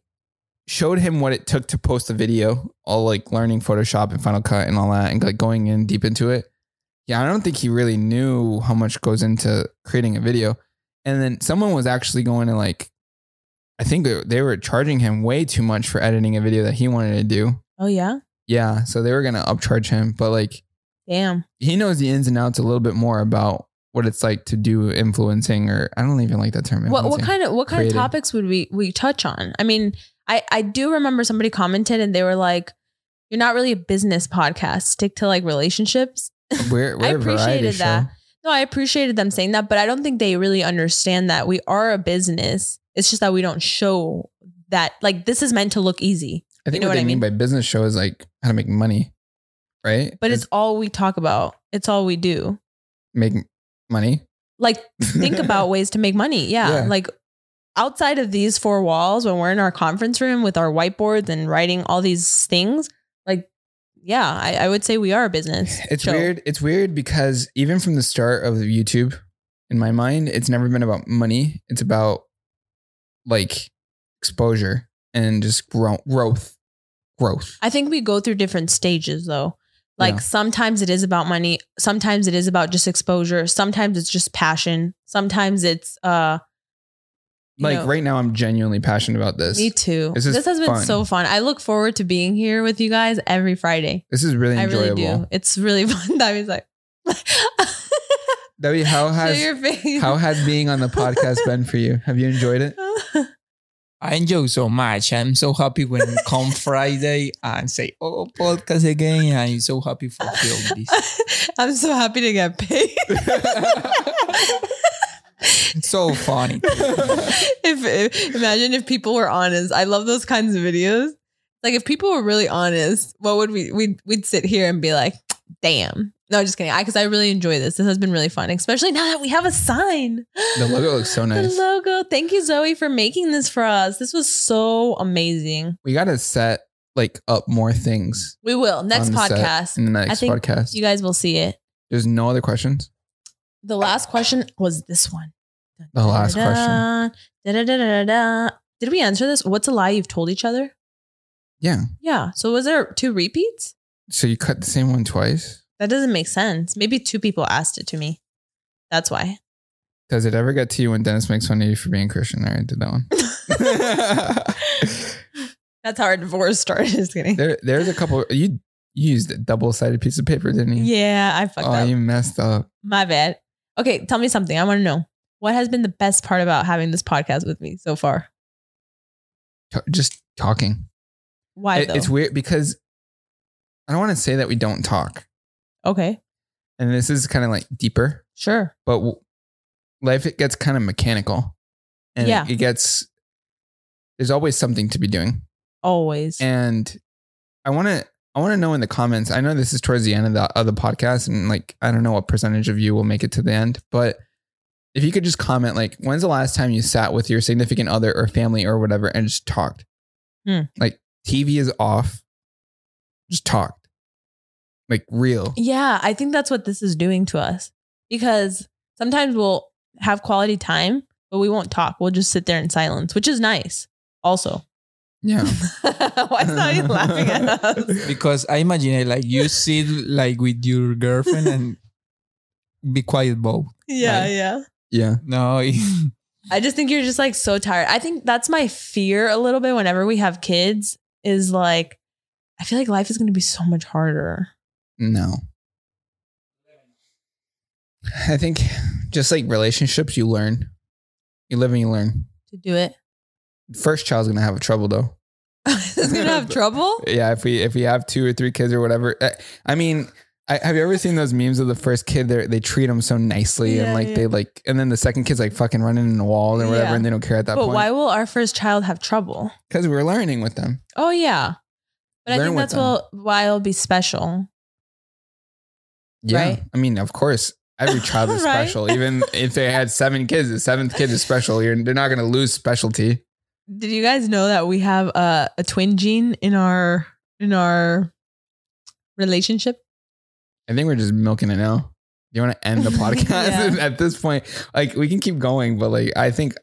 S2: showed him what it took to post a video, all like learning Photoshop and Final Cut and all that, and like going in deep into it. Yeah, I don't think he really knew how much goes into creating a video. And then someone was actually going to like, I think they- they were charging him way too much for editing a video that he wanted to do.
S1: Oh yeah,
S2: Yeah, so they were gonna upcharge him, but like
S1: damn.
S2: he knows the ins and outs a little bit more about what it's like to do influencing, or I don't even like that term.
S1: What what
S2: influencing.
S1: kind of what kind
S2: Creative.
S1: of topics would we we touch on? I mean, I I do remember somebody commented and they were like, "You're not really a business podcast. Stick to like relationships."
S2: We're, we're
S1: I
S2: a variety
S1: appreciated that.
S2: show.
S1: No, I appreciated them saying that, but I don't think they really understand that we are a business. It's just that we don't show that. Like this is meant to look easy,
S2: I think
S1: know what
S2: what, they
S1: I
S2: mean
S1: mean?
S2: by business show is like how to make money, right?
S1: but it's all we talk about. It's all we do.
S2: make money.
S1: Like think about ways to make money. Yeah.
S2: Yeah.
S1: Like outside of these four walls, when we're in our conference room with our whiteboards and writing all these things, like, yeah, I, I would say we are a business.
S2: it's
S1: show.
S2: weird. It's weird because even from the start of YouTube, in my mind, it's never been about money. It's about like exposure and just grow- growth, growth.
S1: I think we go through different stages though. Like
S2: Yeah.
S1: sometimes it is about money, sometimes it is about just exposure, sometimes it's just passion, sometimes it's uh you
S2: Like
S1: know,
S2: right now, I'm genuinely passionate about this.
S1: me too.
S2: this
S1: This,
S2: is
S1: has been
S2: fun.
S1: so fun. I look forward to being here with you guys every Friday.
S2: This is really
S1: I
S2: enjoyable.
S1: really do. It's really fun. That was like
S2: Debbie, how
S1: show
S2: has
S1: your face.
S2: how has being on the podcast been for you? Have you enjoyed it?
S3: I enjoy so much. I'm so happy when we come Friday and say, oh, podcast again. I'm so happy for feel this.
S1: I'm so happy to get paid.
S3: It's so funny.
S1: if, if imagine if people were honest. I love those kinds of videos. Like if people were really honest, what would we we'd we'd sit here and be like, damn. No, just kidding. I because I really enjoy this. This has been really fun, especially now that we have a sign.
S2: The logo looks so nice.
S1: The logo. Thank you, Zoe, for making this for us. This was so amazing.
S2: we gotta set like up more things
S1: We will next
S2: On the set.
S1: podcast.
S2: in the next
S1: Mm. think
S2: podcast.
S1: You guys will see it.
S2: There's no other questions.
S1: The last question was this one.
S2: The last
S1: question. Did we answer this? What's a lie you've told each other?
S2: Yeah.
S1: Yeah. So was there two repeats?
S2: So you cut the same one twice.
S1: That doesn't make sense. Maybe two people asked it to me. That's why.
S2: Does it ever get to you when Dennis makes fun of you for being Christian? I already did that one.
S1: That's how our divorce started. Just kidding.
S2: there, there's a couple. You used a double-sided piece of paper, didn't you?
S1: Yeah, I fucked
S2: Oh,
S1: up.
S2: you messed up.
S1: My bad. Okay, tell me something. I want to know what has been the best part about having this podcast with me so far.
S2: T- just talking.
S1: Why
S2: It-
S1: though?
S2: it's weird because I don't want to say that we don't talk,
S1: okay,
S2: and this is kind of like deeper.
S1: sure.
S2: but w- life it gets kind of mechanical and
S1: Yeah.
S2: it, it gets there's always something to be doing
S1: Always.
S2: and i want to i want to know in the comments i know this is towards the end of the other podcast and like i don't know what percentage of you will make it to the end but if you could just comment like when's the last time you sat with your significant other or family or whatever and just talked
S1: Hmm.
S2: like tv is off just talked like real
S1: Yeah, I think that's what this is doing to us because sometimes we'll have quality time, but we won't talk. We'll just sit there in silence, which is nice. Also,
S2: yeah
S1: why is not you laughing at us?
S3: Because I imagine it like you sit like with your girlfriend and be quiet, Bob.
S1: Yeah,
S3: Right.
S1: yeah.
S2: yeah
S3: No,
S1: I just think you're just like so tired. I think that's my fear a little bit whenever we have kids is like, I feel like life is going to be so much harder.
S2: No. I think just like relationships, you learn. You live and you learn.
S1: to do it.
S2: First child's gonna have trouble though.
S1: Is gonna have trouble?
S2: Yeah, if we if we have two or three kids or whatever. eh, I mean, I, have you ever seen those memes of the first kid? They they treat them so nicely
S1: Yeah,
S2: and like
S1: yeah.
S2: they like, and then the second kid's like fucking running in the wall or whatever,
S1: Yeah.
S2: and they don't care at that
S1: But why
S2: point
S1: will our first child have trouble?
S2: because we're learning with them.
S1: Oh yeah, but I
S2: Learn
S1: think
S2: with
S1: that's
S2: them.
S1: will, why it'll be special.
S2: Yeah,
S1: Right?
S2: I mean, of course, every child is
S1: Right?
S2: special. Even if they had seven kids, the seventh kid is special. You're, they're not gonna lose specialty.
S1: Did you guys know that we have a, a twin gene in our in our relationship?
S2: I think we're just milking it now. Do you want to end the
S1: Yeah.
S2: podcast at this point? Like we can keep going, but like I think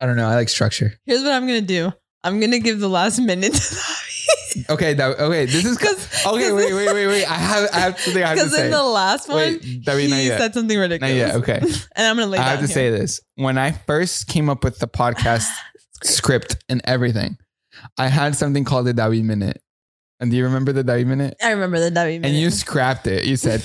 S2: I don't know. I like structure.
S1: Here's what I'm gonna do. I'm gonna give the last minute to
S2: Okay, that, okay. This is
S1: because
S2: okay. Wait, wait, wait, wait. I have I have something I have to
S1: because
S2: say.
S1: in the last one
S2: Wait, Debbie, not
S1: he
S2: yet.
S1: said something
S2: Not
S1: ridiculous.
S2: yet. Okay,
S1: and I'm gonna lay
S2: I have
S1: down
S2: to
S1: here.
S2: say this. When I first came up with the podcast script and everything, I had something called the Dawi Minute. And do you remember the Dawi Minute?
S1: I remember the W.
S2: And you scrapped it. You said,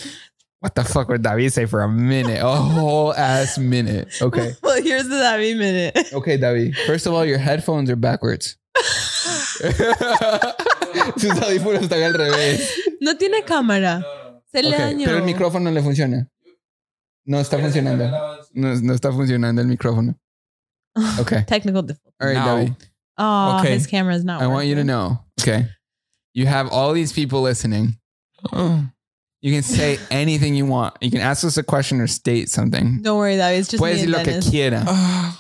S2: "What the fuck would Dawi say for a minute? A whole ass minute." Okay.
S1: well, here's the W minute.
S2: Okay, Davi. First of all, your headphones are backwards. Sus audífonos están al revés.
S1: no tiene cámara. Se le
S2: Okay,
S1: dañó.
S2: pero el micrófono le funciona. No está funcionando. No, no está funcionando el micrófono. Okay.
S1: Technical difficulty.
S2: All right,
S3: No.
S2: Davi.
S1: Oh,
S3: Okay.
S1: his camera's not
S2: I want you to
S1: working.
S2: know. Okay. You have all these people listening. You can say anything you want. You can ask us a question or state something.
S1: Don't worry, that it's just
S2: Puedes
S1: me and
S2: decir lo que
S1: Dennis.
S2: quiera.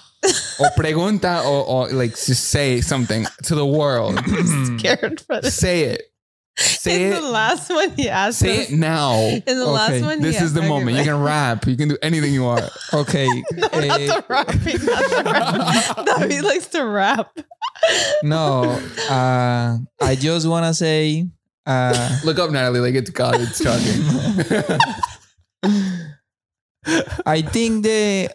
S2: O pregunta o, o like just say something to the world.
S1: I'm scared for this.
S2: Say it. Say
S1: in
S2: it.
S1: the last one he asked
S2: Say
S1: us-
S2: it now. In
S1: the last one,
S2: this
S1: yeah,
S2: is the
S1: okay,
S2: moment. You
S1: right.
S2: can rap. You can do anything you want.
S3: okay.
S1: Not
S3: eh,
S1: the rapping, not the rap. No, he likes to rap.
S3: no, uh, I just wanna say, uh,
S2: Look up Natalie. Like it's God. It's talking.
S3: I think the.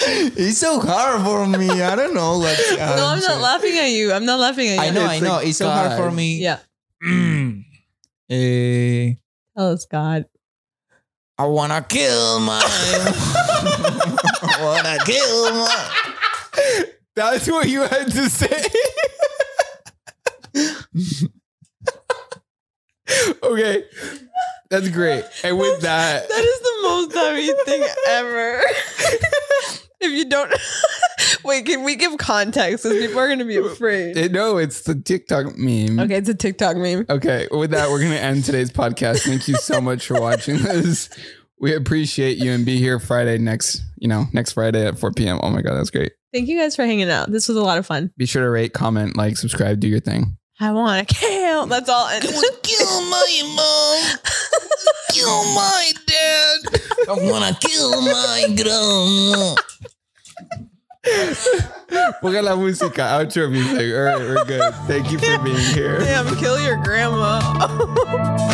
S3: it's so hard for me. I don't know what.
S1: no, I'm not laughing at you. I'm not laughing at you.
S3: I know, I
S2: It's
S3: know.
S2: like
S3: it's so hard for
S2: God.
S3: me.
S1: Yeah.
S4: Mm.
S3: Eh,
S1: Oh, it's God.
S3: I wanna kill my. I wanna kill my.
S2: That's what you had to say. okay, that's great. And with that,
S1: That is the most dummy thing ever. if you don't. Wait, can we give context? Because people are going to be afraid.
S2: it- no, it's the TikTok meme.
S1: okay, it's a TikTok meme.
S2: Okay, with that, we're gonna end today's podcast. Thank you so much for watching this. We appreciate you and be here Friday next, you know, next Friday at 4 p.m. Oh my god, that's great.
S1: Thank you guys for hanging out. This was a lot of fun.
S2: Be sure to rate, comment, like, subscribe, do your thing.
S1: I want to kill. That's all. And-
S4: kill my mom. kill my dad. I'm gonna kill my grandma.
S2: Ponga la música, outro music. All right, we're good. Thank you for being here.
S1: Damn, kill your grandma.